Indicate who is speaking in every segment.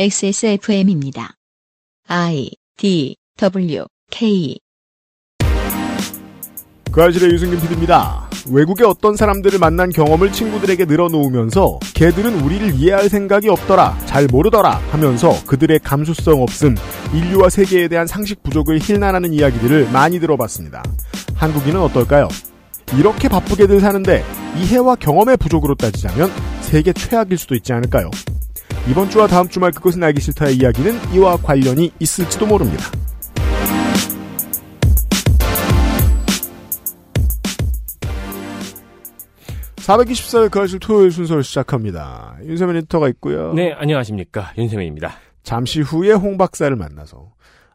Speaker 1: XSFM입니다. I D W K
Speaker 2: 그 아실의 유승균 PD입니다. 외국의 어떤 사람들을 만난 경험을 친구들에게 늘어놓으면서 걔들은 우리를 이해할 생각이 없더라, 잘 모르더라 하면서 그들의 감수성 없음, 인류와 세계에 대한 상식 부족을 힐난하는 이야기들을 많이 들어봤습니다. 한국인은 어떨까요? 이렇게 바쁘게들 사는데 이해와 경험의 부족으로 따지자면 세계 최악일 수도 있지 않을까요? 이번 주와 다음 주말 그것은 알기 싫다의 이야기는 이와 관련이 있을지도 모릅니다. 사백 424회 그 아실 토요일 순서를 시작합니다. 윤세민 에디터가 있고요.
Speaker 3: 네, 안녕하십니까. 윤세민입니다.
Speaker 2: 잠시 후에 홍 박사를 만나서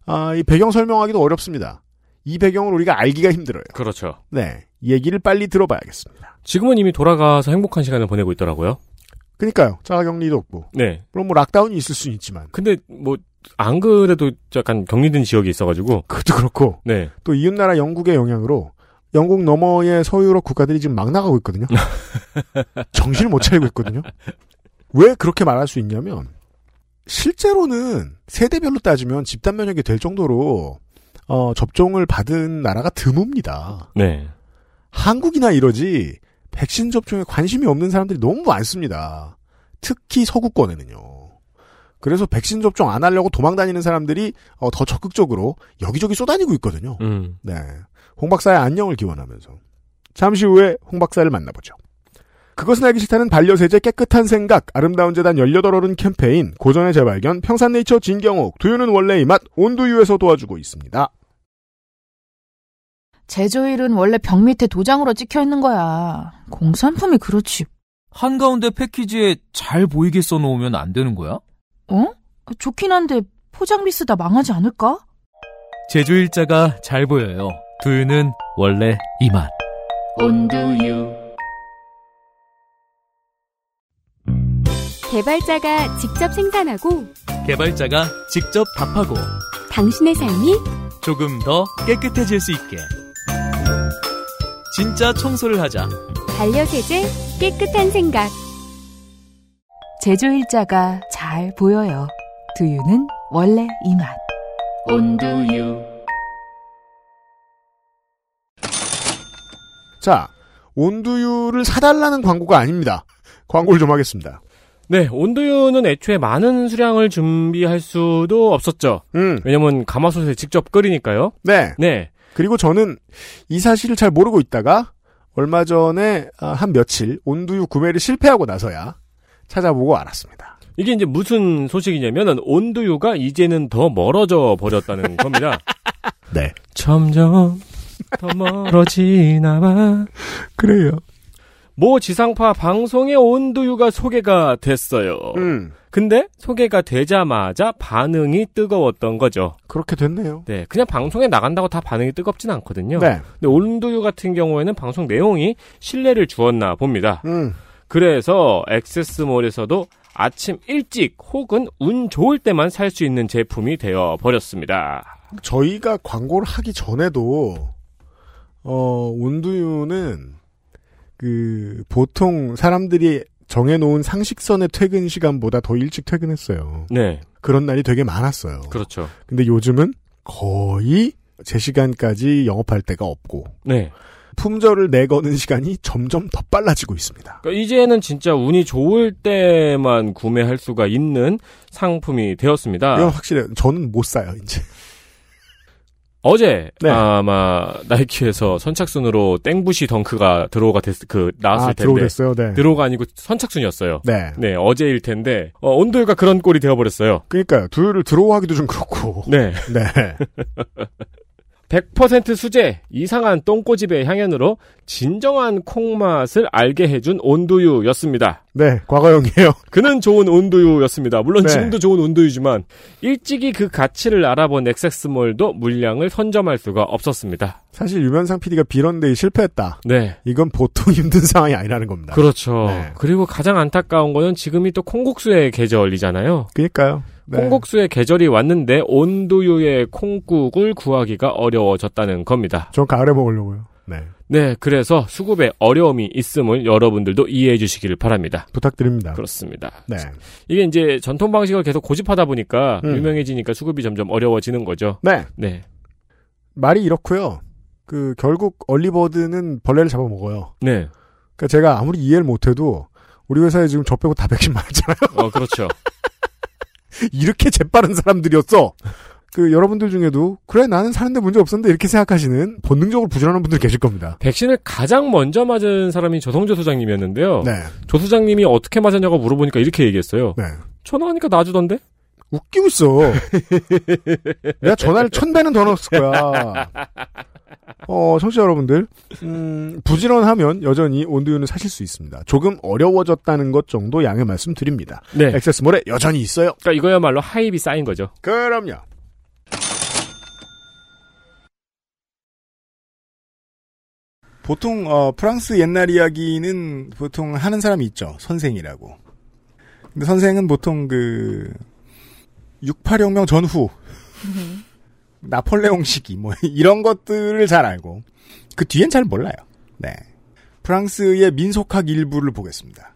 Speaker 2: 아, 이 배경 설명하기도 어렵습니다. 이 배경을 우리가 알기가 힘들어요.
Speaker 3: 그렇죠.
Speaker 2: 네, 얘기를 빨리 들어봐야겠습니다.
Speaker 3: 지금은 이미 돌아가서 행복한 시간을 보내고 있더라고요.
Speaker 2: 그니까요. 자가격리도 없고
Speaker 3: 네.
Speaker 2: 물론 뭐 락다운이 있을 수는 있지만
Speaker 3: 근데 뭐, 안 그래도 약간 격리된 지역이 있어가지고,
Speaker 2: 그것도 그렇고
Speaker 3: 네.
Speaker 2: 또 이웃나라 영국의 영향으로 영국 너머의 서유럽 국가들이 지금 막 나가고 있거든요. 정신을 못 차리고 있거든요. 왜 그렇게 말할 수 있냐면 실제로는 세대별로 따지면 집단 면역이 될 정도로 어, 접종을 받은 나라가 드뭅니다.
Speaker 3: 네.
Speaker 2: 한국이나 이러지 백신 접종에 관심이 없는 사람들이 너무 많습니다. 특히 서구권에는요. 그래서 백신 접종 안 하려고 도망 다니는 사람들이 어, 더 적극적으로 여기저기 쏘다니고 있거든요.
Speaker 3: 음.
Speaker 2: 네. 홍 박사의 안녕을 기원하면서 잠시 후에 홍 박사를 만나보죠. 그것은 알기 싫다는 반려세제 깨끗한 생각 아름다운 재단 18어른 캠페인 고전의 재발견 평산네이처 진경옥 두유는 원래의 맛 온두유에서 도와주고 있습니다.
Speaker 4: 제조일은 원래 벽 밑에 도장으로 찍혀 있는 거야. 공산품이 그렇지.
Speaker 5: 한가운데 패키지에 잘 보이게 써놓으면 안 되는 거야?
Speaker 4: 어? 좋긴 한데 포장비 쓰다 망하지 않을까?
Speaker 5: 제조 일자가 잘 보여요. 두유는 원래 이맛.
Speaker 6: 개발자가 직접 생산하고
Speaker 5: 개발자가 직접 답하고
Speaker 6: 당신의 삶이
Speaker 5: 조금 더 깨끗해질 수 있게. 진짜 청소를 하자.
Speaker 6: 반려세제 깨끗한 생각
Speaker 4: 제조 일자가 잘 보여요. 두유는 원래 이 맛.
Speaker 2: 자, 온두유를 사달라는 광고가 아닙니다. 광고를 좀 하겠습니다.
Speaker 3: 네, 온두유는 애초에 많은 수량을 준비할 수도 없었죠.
Speaker 2: 음,
Speaker 3: 왜냐면 가마솥에 직접 끓이니까요.
Speaker 2: 네.
Speaker 3: 네.
Speaker 2: 그리고 저는 이 사실을 잘 모르고 있다가 얼마 전에 아, 한 며칠 온두유 구매를 실패하고 나서야 찾아보고 알았습니다.
Speaker 3: 이게 이제 무슨 소식이냐면은 온두유가 이제는 더 멀어져 버렸다는 겁니다.
Speaker 2: 네.
Speaker 3: 점점 더 멀어지나 봐.
Speaker 2: 그래요.
Speaker 3: 모 지상파 방송에 온두유가 소개가 됐어요.
Speaker 2: 음,
Speaker 3: 근데 소개가 되자마자 반응이 뜨거웠던 거죠.
Speaker 2: 그렇게 됐네요.
Speaker 3: 네, 그냥 방송에 나간다고 다 반응이 뜨겁진 않거든요.
Speaker 2: 네.
Speaker 3: 근데 온두유 같은 경우에는 방송 내용이 신뢰를 주었나 봅니다.
Speaker 2: 음.
Speaker 3: 그래서 액세스몰에서도 아침 일찍 혹은 운 좋을 때만 살 수 있는 제품이 되어 버렸습니다.
Speaker 2: 저희가 광고를 하기 전에도 어 온두유는 그 보통 사람들이 정해놓은 상식선의 퇴근 시간보다 더 일찍 퇴근했어요.
Speaker 3: 네,
Speaker 2: 그런 날이 되게 많았어요.
Speaker 3: 그렇죠.
Speaker 2: 근데 요즘은 거의 제 시간까지 영업할 데가 없고
Speaker 3: 네.
Speaker 2: 품절을 내거는 시간이 점점 더 빨라지고 있습니다.
Speaker 3: 그러니까 이제는 진짜 운이 좋을 때만 구매할 수가 있는 상품이 되었습니다.
Speaker 2: 이건 확실해요. 저는 못 사요 이제.
Speaker 3: 어제
Speaker 2: 네.
Speaker 3: 아마 나이키에서 선착순으로 땡부시 덩크가 드로우가 됐, 그 나왔을
Speaker 2: 아
Speaker 3: 텐데
Speaker 2: 들어오겠어요. 네.
Speaker 3: 드로우가 아니고 선착순이었어요.
Speaker 2: 네.
Speaker 3: 네 어제일 텐데 어, 온돌가 그런 꼴이 되어버렸어요.
Speaker 2: 그러니까요. 두유를 들어오하기도 좀 그렇고.
Speaker 3: 네.
Speaker 2: 네.
Speaker 3: 100% 수제, 이상한 똥꼬집의 향연으로 진정한 콩맛을 알게 해준 온두유였습니다.
Speaker 2: 네. 과거형이에요.
Speaker 3: 그는 좋은 온두유였습니다. 물론
Speaker 2: 네.
Speaker 3: 지금도 좋은 온두유지만 일찍이 그 가치를 알아본 엑세스몰도 물량을 선점할 수가 없었습니다.
Speaker 2: 사실 유면상 PD가 비런데이 실패했다.
Speaker 3: 네.
Speaker 2: 이건 보통 힘든 상황이 아니라는 겁니다.
Speaker 3: 그렇죠.
Speaker 2: 네.
Speaker 3: 그리고 가장 안타까운 거는 지금이 또 콩국수의 계절이잖아요.
Speaker 2: 그러니까요. 네.
Speaker 3: 콩국수의 계절이 왔는데 온두유의 콩국을 구하기가 어려워졌다는 겁니다.
Speaker 2: 전 가을에 먹으려고요. 네.
Speaker 3: 네, 그래서 수급에 어려움이 있음을 여러분들도 이해해 주시기를 바랍니다.
Speaker 7: 부탁드립니다.
Speaker 3: 그렇습니다.
Speaker 7: 네.
Speaker 3: 이게 이제 전통 방식을 계속 고집하다 보니까
Speaker 7: 음.
Speaker 3: 유명해지니까 수급이 점점 어려워지는 거죠.
Speaker 7: 네.
Speaker 3: 네.
Speaker 7: 말이 이렇고요. 그 결국 얼리버드는 벌레를 잡아먹어요.
Speaker 3: 네.
Speaker 7: 그러니까 제가 아무리 이해를 못해도 우리 회사에 지금 저 빼고 다 110만 원잖아요.
Speaker 3: 어, 그렇죠.
Speaker 7: 이렇게 재빠른 사람들이었어. 그 여러분들 중에도 그래 나는 사는데 문제 없었는데 이렇게 생각하시는 본능적으로 부지런한 분들 계실 겁니다.
Speaker 3: 백신을 가장 먼저 맞은 사람이 조성조 소장님이었는데요.
Speaker 7: 네.
Speaker 3: 조 소장님이 어떻게 맞았냐고 물어보니까 이렇게 얘기했어요.
Speaker 7: 네.
Speaker 3: 전화하니까 놔주던데?
Speaker 7: 웃기고 있어. 내가 전화를 천 배는 더 넣었을 거야. 어, 청취자 여러분들, 음, 부지런하면 여전히 온두유는 사실 수 있습니다. 조금 어려워졌다는 것 정도 양해 말씀드립니다.
Speaker 3: 네.
Speaker 7: 액세스몰에 여전히 있어요.
Speaker 3: 그러니까 이거야말로 하입이 쌓인 거죠.
Speaker 7: 그럼요.
Speaker 2: 보통 어, 프랑스 옛날 이야기는 보통 하는 사람이 있죠. 선생이라고. 근데 선생은 보통 그 68혁명 전후 나폴레옹 시기 뭐 이런 것들을 잘 알고 그 뒤엔 잘 몰라요. 네. 프랑스의 민속학 일부를 보겠습니다.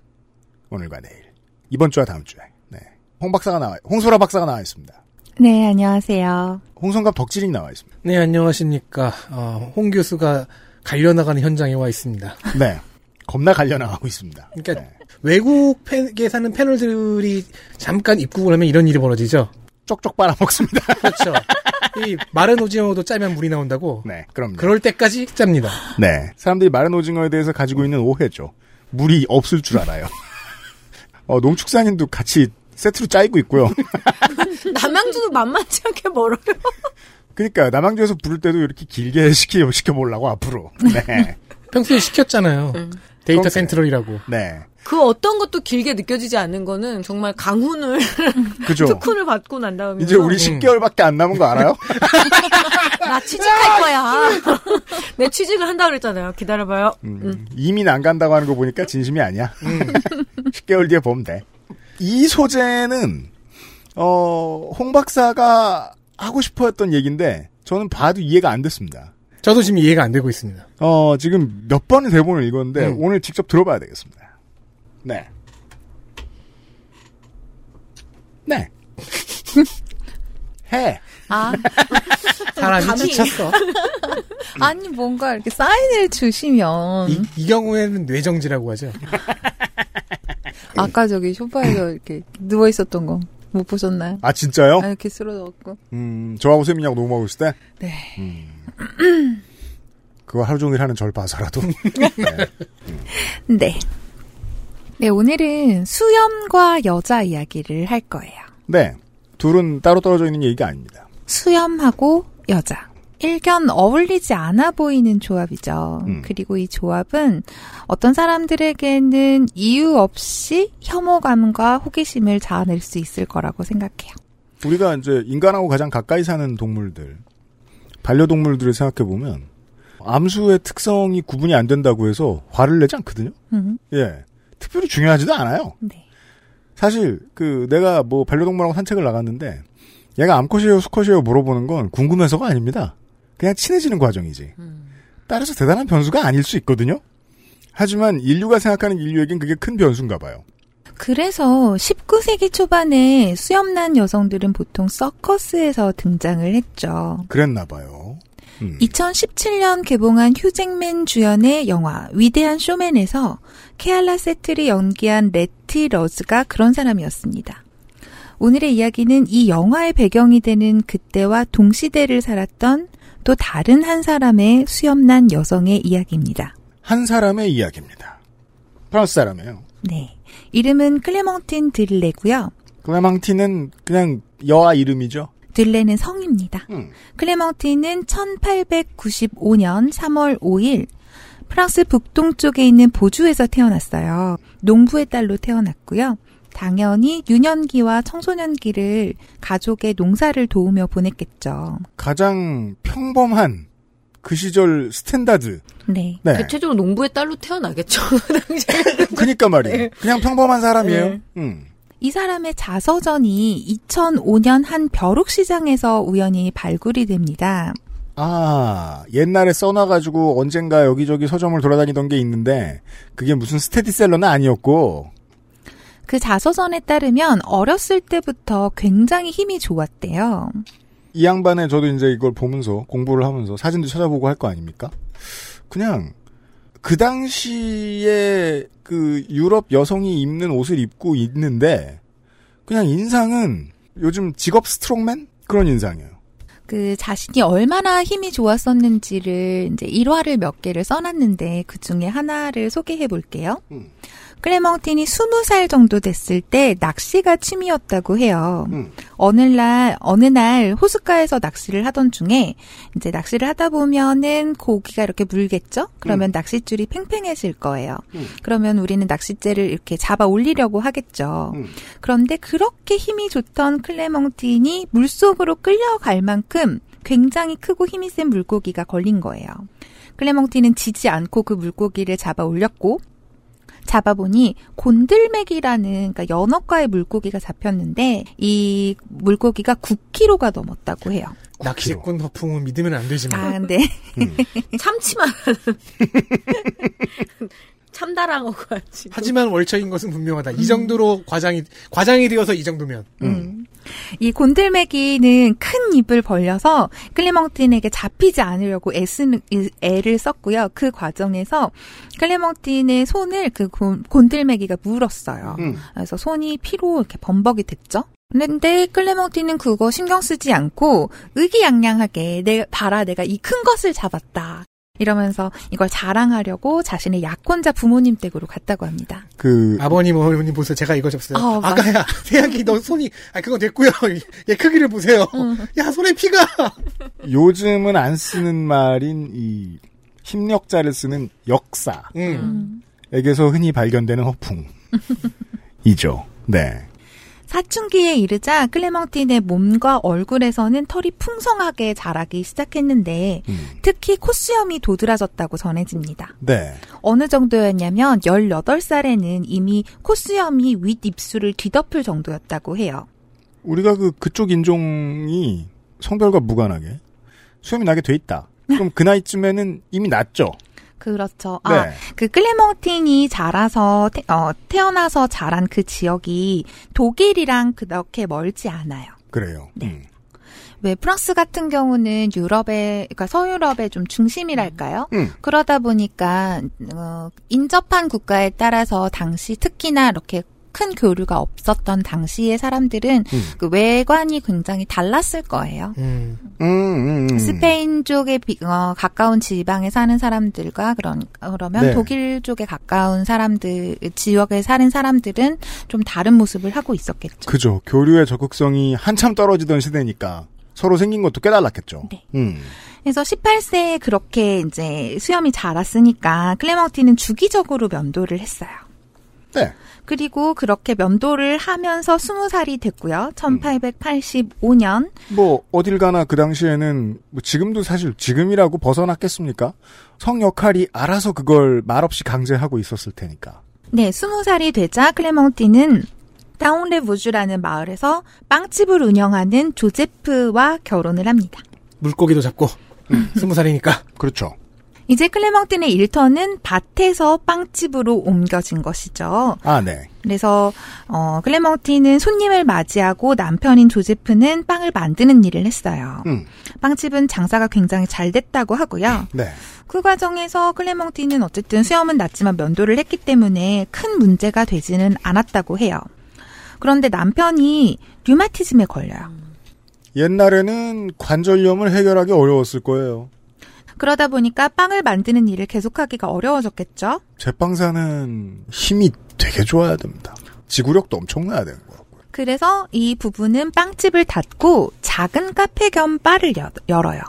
Speaker 2: 오늘과 내일. 이번 주와 다음 주에. 네. 홍 박사가 나와 홍소라 박사가 나와 있습니다.
Speaker 8: 네, 안녕하세요.
Speaker 2: 홍성갑 덕질이 나와 있습니다.
Speaker 9: 네, 안녕하십니까. 어, 홍 교수가 갈려나가는 현장에 와 있습니다.
Speaker 2: 네. 겁나 갈려 나가고 있습니다.
Speaker 9: 그러니까 외국에 사는 패널들이 잠깐 입국을 하면 이런 일이 벌어지죠.
Speaker 2: 쪽쪽 빨아먹습니다.
Speaker 9: 그렇죠. 이 마른 오징어도 짜면 물이 나온다고.
Speaker 2: 네, 그럼요.
Speaker 9: 그럴 때까지 짭니다.
Speaker 2: 네. 사람들이 마른 오징어에 대해서 가지고 있는 오해죠. 물이 없을 줄 알아요. 어, 농축산인도 같이 세트로 짜이고 있고요.
Speaker 8: 남양주도 만만치 않게 멀어요.
Speaker 2: 그러니까 남양주에서 부를 때도 이렇게 길게 시키, 시켜보려고 앞으로. 네.
Speaker 9: 평소에 시켰잖아요.
Speaker 8: 네.
Speaker 9: 데이터
Speaker 2: 그럼-
Speaker 9: 센트럴이라고.
Speaker 2: 네.
Speaker 8: 그 어떤 것도 길게 느껴지지 않는 거는 정말 강훈을
Speaker 2: 그죠.
Speaker 8: 특훈을 받고 난 다음에
Speaker 2: 이제 우리 10개월밖에 안 남은 거 알아요?
Speaker 8: 나
Speaker 2: 아,
Speaker 8: 취직할 거야. 내 취직을 한다 그랬잖아요. 기다려봐요.
Speaker 2: 음, 이민 안 간다고 하는 거 보니까 진심이 아니야.
Speaker 4: 음.
Speaker 2: 10개월 뒤에 보면 돼. 이 소재는 어, 홍 박사가 하고 싶어 했던 얘기인데 저는 봐도 이해가 안 됐습니다.
Speaker 9: 저도 지금 이해가 안 되고 있습니다.
Speaker 2: 어, 지금 몇 번의 대본을 읽었는데
Speaker 9: 음.
Speaker 2: 오늘 직접 들어봐야 되겠습니다. 네. 네. 해.
Speaker 4: 아,
Speaker 9: 사람이
Speaker 4: 감히.
Speaker 9: 지쳤어.
Speaker 4: 아니 뭔가 이렇게 사인을 주시면
Speaker 8: 음.
Speaker 9: 이, 이 경우에는 뇌정지라고 하죠.
Speaker 4: 아까 저기 쇼파에서 이렇게 누워 있었던 거 못 보셨나요?
Speaker 2: 아, 진짜요?
Speaker 4: 아, 이렇게 쓰러 넣었고
Speaker 2: 음, 저하고 세민이하고 녹음하고 있을 때?
Speaker 4: 네.
Speaker 2: 음. 그거 하루 종일 하는 절 봐서라도.
Speaker 4: 네. 네 오늘은 수염과 여자 이야기를 할 거예요.
Speaker 2: 네. 둘은 따로 떨어져 있는 얘기가 아닙니다.
Speaker 4: 수염하고 여자. 일견 어울리지 않아 보이는 조합이죠.
Speaker 2: 음.
Speaker 4: 그리고 이 조합은 어떤 사람들에게는 이유 없이 혐오감과 호기심을 자아낼 수 있을 거라고 생각해요.
Speaker 2: 우리가 이제 인간하고 가장 가까이 사는 동물들, 반려동물들을 생각해보면, 암수의 특성이 구분이 안 된다고 해서 화를 내지 않거든요?
Speaker 4: 음,
Speaker 2: 예. 특별히 중요하지도 않아요.
Speaker 4: 네.
Speaker 2: 사실 그 내가 뭐 반려동물하고 산책을 나갔는데 얘가 암컷이에요 수컷이에요 물어보는 건 궁금해서가 아닙니다. 그냥 친해지는 과정이지. 따라서 대단한 변수가 아닐 수 있거든요. 하지만 인류가 생각하는 인류에겐 그게 큰 변수인가 봐요.
Speaker 4: 그래서 19세기 초반에 수염난 여성들은 보통 서커스에서 등장을 했죠.
Speaker 2: 그랬나 봐요. 음.
Speaker 4: 2017년 개봉한 휴잭맨 주연의 영화 위대한 쇼맨에서 케알라 세틀이 연기한 레티 러즈가 그런 사람이었습니다. 오늘의 이야기는 이 영화의 배경이 되는 그때와 동시대를 살았던 또 다른 한 사람의 수염난 여성의 이야기입니다.
Speaker 2: 한 사람의 이야기입니다. 프랑스 사람이에요.
Speaker 4: 네. 이름은 클레몽틴 들레고요.
Speaker 2: 클레망티는 그냥 여아 이름이죠.
Speaker 4: 들레는 성입니다.
Speaker 2: 음.
Speaker 4: 클레멍티는 1895년 3월 5일 프랑스 북동쪽에 있는 보주에서 태어났어요. 농부의 딸로 태어났고요. 당연히 유년기와 청소년기를 가족의 농사를 도우며 보냈겠죠.
Speaker 2: 가장 평범한 그 시절 스탠다드.
Speaker 4: 네.
Speaker 2: 네.
Speaker 8: 대체적으로 농부의 딸로 태어나겠죠. 네. 그 당시에.
Speaker 2: 그니까 말이에요. 그냥 평범한
Speaker 8: 네.
Speaker 2: 사람이에요. 음.
Speaker 4: 이 사람의 자서전이 2005년 한 벼룩시장에서 우연히 발굴이 됩니다.
Speaker 2: 아, 옛날에 써놔가지고 언젠가 여기저기 서점을 돌아다니던 게 있는데, 그게 무슨 스테디셀러는 아니었고,
Speaker 4: 그 자서전에 따르면 어렸을 때부터 굉장히 힘이 좋았대요.
Speaker 2: 이 양반에 저도 이제 이걸 보면서, 공부를 하면서 사진도 찾아보고 할 거 아닙니까? 그냥, 그 당시에 그 유럽 여성이 입는 옷을 입고 있는데, 그냥 인상은 요즘 직업 스트롱맨? 그런 인상이에요.
Speaker 4: 그 자신이 얼마나 힘이 좋았었는지를 이제 일화를 몇 개를 써놨는데 그 중에 하나를 소개해 볼게요.
Speaker 2: 음.
Speaker 4: 클레멍틴이 20살 정도 됐을 때 낚시가 취미였다고 해요.
Speaker 2: 음.
Speaker 4: 어느 날 어느 날 호숫가에서 낚시를 하던 중에 이제 낚시를 하다 보면은 고기가 이렇게 물겠죠? 그러면 낚싯줄이 팽팽해질 거예요.
Speaker 2: 음.
Speaker 4: 그러면 우리는 낚싯대를 이렇게 잡아 올리려고 하겠죠.
Speaker 2: 음.
Speaker 4: 그런데 그렇게 힘이 좋던 클레멍틴이 물속으로 끌려갈 만큼 굉장히 크고 힘이 센 물고기가 걸린 거예요. 클레멍틴은 지지 않고 그 물고기를 잡아 올렸고 잡아보니 곤들맥이라는 그러니까 연어과의 물고기가 잡혔는데 이 물고기가 9kg가 넘었다고 해요.
Speaker 9: 낚시꾼 허풍은 믿으면 안
Speaker 4: 아,
Speaker 9: 되지만
Speaker 4: 근데
Speaker 8: 참치만 참다랑 어거야지.
Speaker 9: 하지만 월척인 것은 분명하다.
Speaker 8: 음.
Speaker 9: 이 정도로 과장이 과장이 되어서 이 정도면
Speaker 4: 음. 이 곤들매기는 큰 입을 벌려서 클레멍틴에게 잡히지 않으려고 애쓰는 애를 썼고요. 그 과정에서 클레멍틴의 손을 그 곤- 곤들매기가 물었어요.
Speaker 2: 음.
Speaker 4: 그래서 손이 피로 이렇게 범벅이 됐죠. 근데 클레몽티는 그거 신경 쓰지 않고 의기양양하게 내 봐라 내가 이 큰 것을 잡았다 이러면서 이걸 자랑하려고 자신의 약혼자 부모님 댁으로 갔다고 합니다.
Speaker 2: 그,
Speaker 9: 아버님 어머님 보세요. 제가 이거 잡았어요.
Speaker 4: 어, 맞-
Speaker 9: 아까야 태양이 너 손이 아 그건 됐고요. 얘 크기를 보세요. 야 손에 피가
Speaker 2: 요즘은 안 쓰는 말인 이 힘력자를 쓰는 역사에게서
Speaker 9: 음.
Speaker 2: 흔히 발견되는 허풍이죠. 네.
Speaker 4: 사춘기에 이르자 클레멍틴의 몸과 얼굴에서는 털이 풍성하게 자라기 시작했는데
Speaker 2: 음.
Speaker 4: 특히 콧수염이 도드라졌다고 전해집니다.
Speaker 2: 네.
Speaker 4: 어느 정도였냐면 18살에는 이미 콧수염이 윗입술을 뒤덮을 정도였다고 해요.
Speaker 2: 우리가 그, 그쪽 인종이 성별과 무관하게 수염이 나게 돼 있다. 그럼 그 나이쯤에는 이미 났죠.
Speaker 4: 그렇죠.
Speaker 2: 네.
Speaker 4: 아, 그 클레멍틴이 자라서 태, 어, 태어나서 자란 그 지역이 독일이랑 그렇게 멀지 않아요.
Speaker 2: 그래요.
Speaker 4: 네.
Speaker 2: 음.
Speaker 4: 왜 프랑스 같은 경우는 유럽의 그러니까 서유럽의 좀 중심이랄까요?
Speaker 2: 음.
Speaker 4: 그러다 보니까 어, 인접한 국가에 따라서 당시 특히나 이렇게 큰 교류가 없었던 당시의 사람들은
Speaker 2: 음.
Speaker 4: 그 외관이 굉장히 달랐을 거예요.
Speaker 9: 음.
Speaker 2: 음, 음, 음.
Speaker 4: 스페인 쪽에 비- 어, 가까운 지방에 사는 사람들과 그런 그러면
Speaker 2: 네.
Speaker 4: 독일 쪽에 가까운 사람들 지역에 사는 사람들은 좀 다른 모습을 하고 있었겠죠.
Speaker 2: 그죠. 교류의 적극성이 한참 떨어지던 시대니까 서로 생긴 것도 깨달았겠죠.
Speaker 4: 네.
Speaker 2: 음.
Speaker 4: 그래서 18세에 그렇게 이제 수염이 자랐으니까 클레망티는 주기적으로 면도를 했어요.
Speaker 2: 네.
Speaker 4: 그리고 그렇게 면도를 하면서 20살이 됐고요. 1885년
Speaker 2: 뭐 어딜 가나 그 당시에는 뭐 지금도 사실 지금이라고 벗어났겠습니까? 성 역할이 알아서 그걸 말없이 강제하고 있었을 테니까.
Speaker 4: 네, 스무 살이 되자 클레몽티는 다운레부주라는 마을에서 빵집을 운영하는 조제프와 결혼을 합니다.
Speaker 9: 물고기도 잡고 스무 살이니까
Speaker 2: 그렇죠.
Speaker 4: 이제 클레멍틴의 일터는 밭에서 빵집으로 옮겨진 것이죠.
Speaker 2: 아, 네.
Speaker 4: 그래서 어, 클레멍틴은 손님을 맞이하고 남편인 조제프는 빵을 만드는 일을 했어요.
Speaker 2: 음.
Speaker 4: 빵집은 장사가 굉장히 잘 됐다고 하고요.
Speaker 2: 네.
Speaker 4: 그 과정에서 클레몽티는 어쨌든 수염은 났지만 면도를 했기 때문에 큰 문제가 되지는 않았다고 해요. 그런데 남편이 류마티즘에 걸려요.
Speaker 2: 옛날에는 관절염을 해결하기 어려웠을 거예요.
Speaker 4: 그러다 보니까 빵을 만드는 일을 계속하기가 어려워졌겠죠?
Speaker 2: 제빵사는 힘이 되게 좋아야 됩니다. 지구력도 엄청나야 되는 거고.
Speaker 4: 그래서 이 부부는 빵집을 닫고 작은 카페 겸 바를 여- 열어요.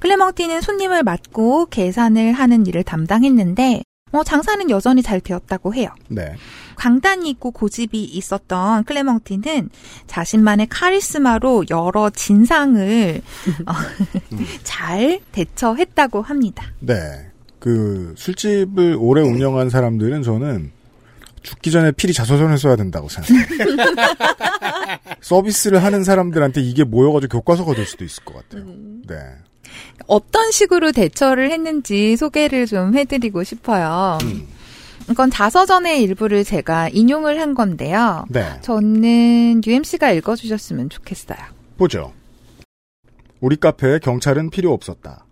Speaker 4: 클레멍티는 손님을 맞고 계산을 하는 일을 담당했는데 어, 장사는 여전히 잘 되었다고 해요.
Speaker 2: 네.
Speaker 4: 강단이 있고 고집이 있었던 클레멍티는 자신만의 카리스마로 여러 진상을 어, 잘 대처했다고 합니다.
Speaker 2: 네. 그 술집을 오래 운영한 사람들은 저는 죽기 전에 필히 자서전을 써야 된다고 생각해요. 서비스를 하는 사람들한테 이게 모여가지고 교과서가 될 수도 있을 것 같아요. 네.
Speaker 4: 어떤 식으로 대처를 했는지 소개를 좀 해드리고 싶어요.
Speaker 2: 음.
Speaker 4: 이건 자서전의 일부를 제가 인용을 한 건데요.
Speaker 2: 네.
Speaker 4: 저는 UMC가 읽어주셨으면 좋겠어요.
Speaker 2: 보죠. 우리 카페에 경찰은 필요 없었다.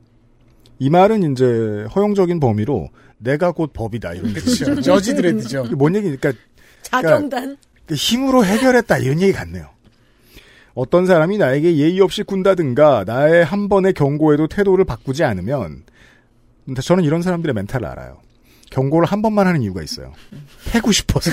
Speaker 2: 이 말은 이제 허용적인 범위로 내가 곧 법이다 이런 뜻이죠.
Speaker 9: 저지드레드죠.
Speaker 2: 이게 뭔 그러니까 얘기니까
Speaker 8: 자경단.
Speaker 2: 그 힘으로 해결했다 이런 얘기 같네요. 어떤 사람이 나에게 예의 없이 군다든가 나의 한 번의 경고에도 태도를 바꾸지 않으면 근데 저는 이런 사람들의 멘탈을 알아요. 경고를 한 번만 하는 이유가 있어요. 패고 싶어서.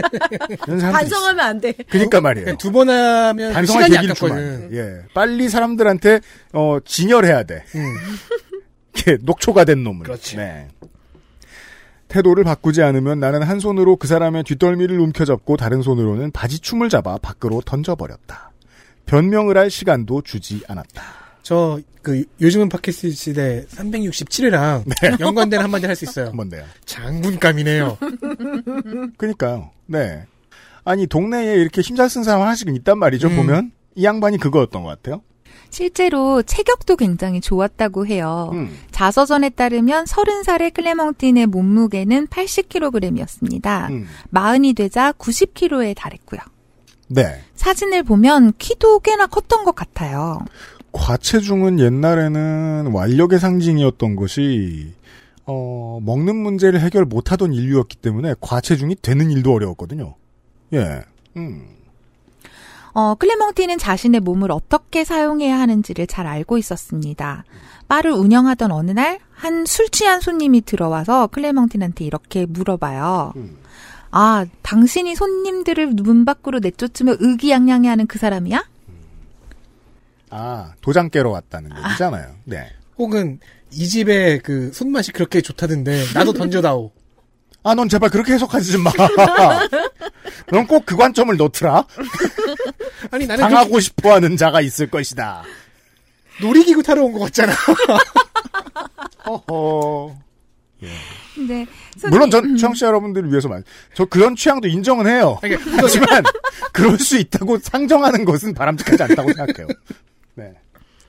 Speaker 2: 이런 사람들 있어요.
Speaker 8: 반성하면 안 돼.
Speaker 2: 그러니까 말이에요.
Speaker 9: 두 번 하면
Speaker 2: 반성할
Speaker 9: 시간이
Speaker 2: 계기를 주면
Speaker 9: 아깝거든.
Speaker 2: 예 빨리 사람들한테 어 진열해야 돼
Speaker 9: 음.
Speaker 2: 이렇게 녹초가 된 놈을
Speaker 9: 그렇지.
Speaker 2: 네. 태도를 바꾸지 않으면 나는 한 손으로 그 사람의 뒷덜미를 움켜잡고 다른 손으로는 바지춤을 잡아 밖으로 던져버렸다 변명을 할 시간도 주지 않았다
Speaker 9: 저, 그, 요즘은 팟캐스트 시대 367이랑
Speaker 2: 네.
Speaker 9: 연관된 한마디 할 수 있어요.
Speaker 2: 뭔데요
Speaker 9: 장군감이네요.
Speaker 2: 그니까요 네 아니 동네에 이렇게 힘 잘 쓴 사람 하나씩 있단 말이죠
Speaker 9: 음.
Speaker 2: 보면 이 양반이 그거였던 것 같아요
Speaker 4: 실제로 체격도 굉장히 좋았다고
Speaker 9: 어.
Speaker 4: 해요.
Speaker 2: 음.
Speaker 4: 자서전에 따르면 30살의 클레멍틴의 몸무게는 80kg이었습니다.
Speaker 2: 음.
Speaker 4: 마흔이 되자 90kg에 달했고요.
Speaker 2: 네
Speaker 4: 사진을 보면 키도 꽤나 컸던 것 같아요.
Speaker 2: 과체중은 옛날에는 완력의 상징이었던 것이 어, 먹는 문제를 해결 못하던 인류였기 때문에 과체중이 되는 일도 어려웠거든요. 예, 음,
Speaker 4: 어, 클레몽티는 자신의 몸을 어떻게 사용해야 하는지를 잘 알고 있었습니다. 바를 운영하던 어느 날, 한 술 취한 손님이 들어와서 클레몽틴한테 이렇게 물어봐요. 아, 당신이 손님들을 문 밖으로 내쫓으며 의기양양해 하는 그 사람이야?
Speaker 2: 아 도장 깨러 왔다는 얘기잖아요. 네,
Speaker 9: 혹은 이 집에 그 손맛이 그렇게 좋다던데 나도 던져다오.
Speaker 2: 아 넌 제발 그렇게 해석하지 좀 마. 넌 꼭 그 관점을 놓더라.
Speaker 9: 아니 나는 그
Speaker 2: 당하고 싶어하는 자가 있을 것이다.
Speaker 9: 놀이기구 타러 온 것 같잖아.
Speaker 2: 허허.
Speaker 4: 근데 손님-
Speaker 2: 물론 전 청취자 여러분들을 위해서 말, 저 그런 취향도 인정은 해요. 하지만 그럴 수 있다고 상정하는 것은 바람직하지 않다고 생각해요. 네.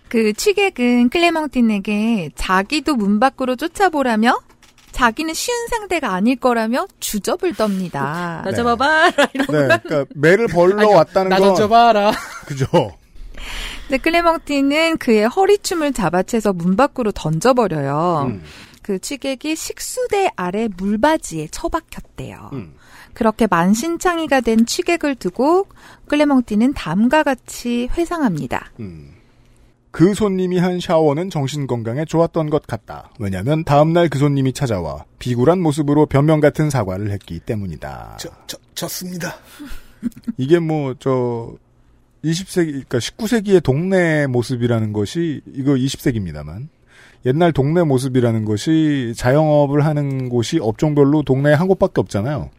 Speaker 4: 그 취객은 클레멍틴에게 자기도 문 밖으로 쫓아보라며 자기는 쉬운 상대가 아닐 거라며 주접을
Speaker 8: 나
Speaker 4: 떱니다.
Speaker 2: 네.
Speaker 8: 잡아봐.
Speaker 2: 네, 그러니까 매를 벌러 왔다는
Speaker 9: 나
Speaker 2: 건
Speaker 9: 던져봐라.
Speaker 2: 그죠.
Speaker 4: 근데 클레멍틴은 그의 허리춤을 잡아채서 문 밖으로 던져버려요.
Speaker 2: 음.
Speaker 4: 그 취객이 식수대 아래 물바지에 처박혔대요.
Speaker 2: 음.
Speaker 4: 그렇게 만신창이가 된 취객을 두고 클레멍틴은 다음과 같이 회상합니다.
Speaker 2: 음. 그 손님이 한 샤워는 정신 건강에 좋았던 것 같다. 왜냐하면 다음 날 그 손님이 찾아와 비굴한 모습으로 변명 같은 사과를 했기 때문이다.
Speaker 9: 저, 저, 졌습니다.
Speaker 2: 이게 뭐 저 20세기 그러니까 19세기의 동네 모습이라는 것이 이거 20세기입니다만 옛날 동네 모습이라는 것이 자영업을 하는 곳이 업종별로 동네에 한 곳밖에 없잖아요.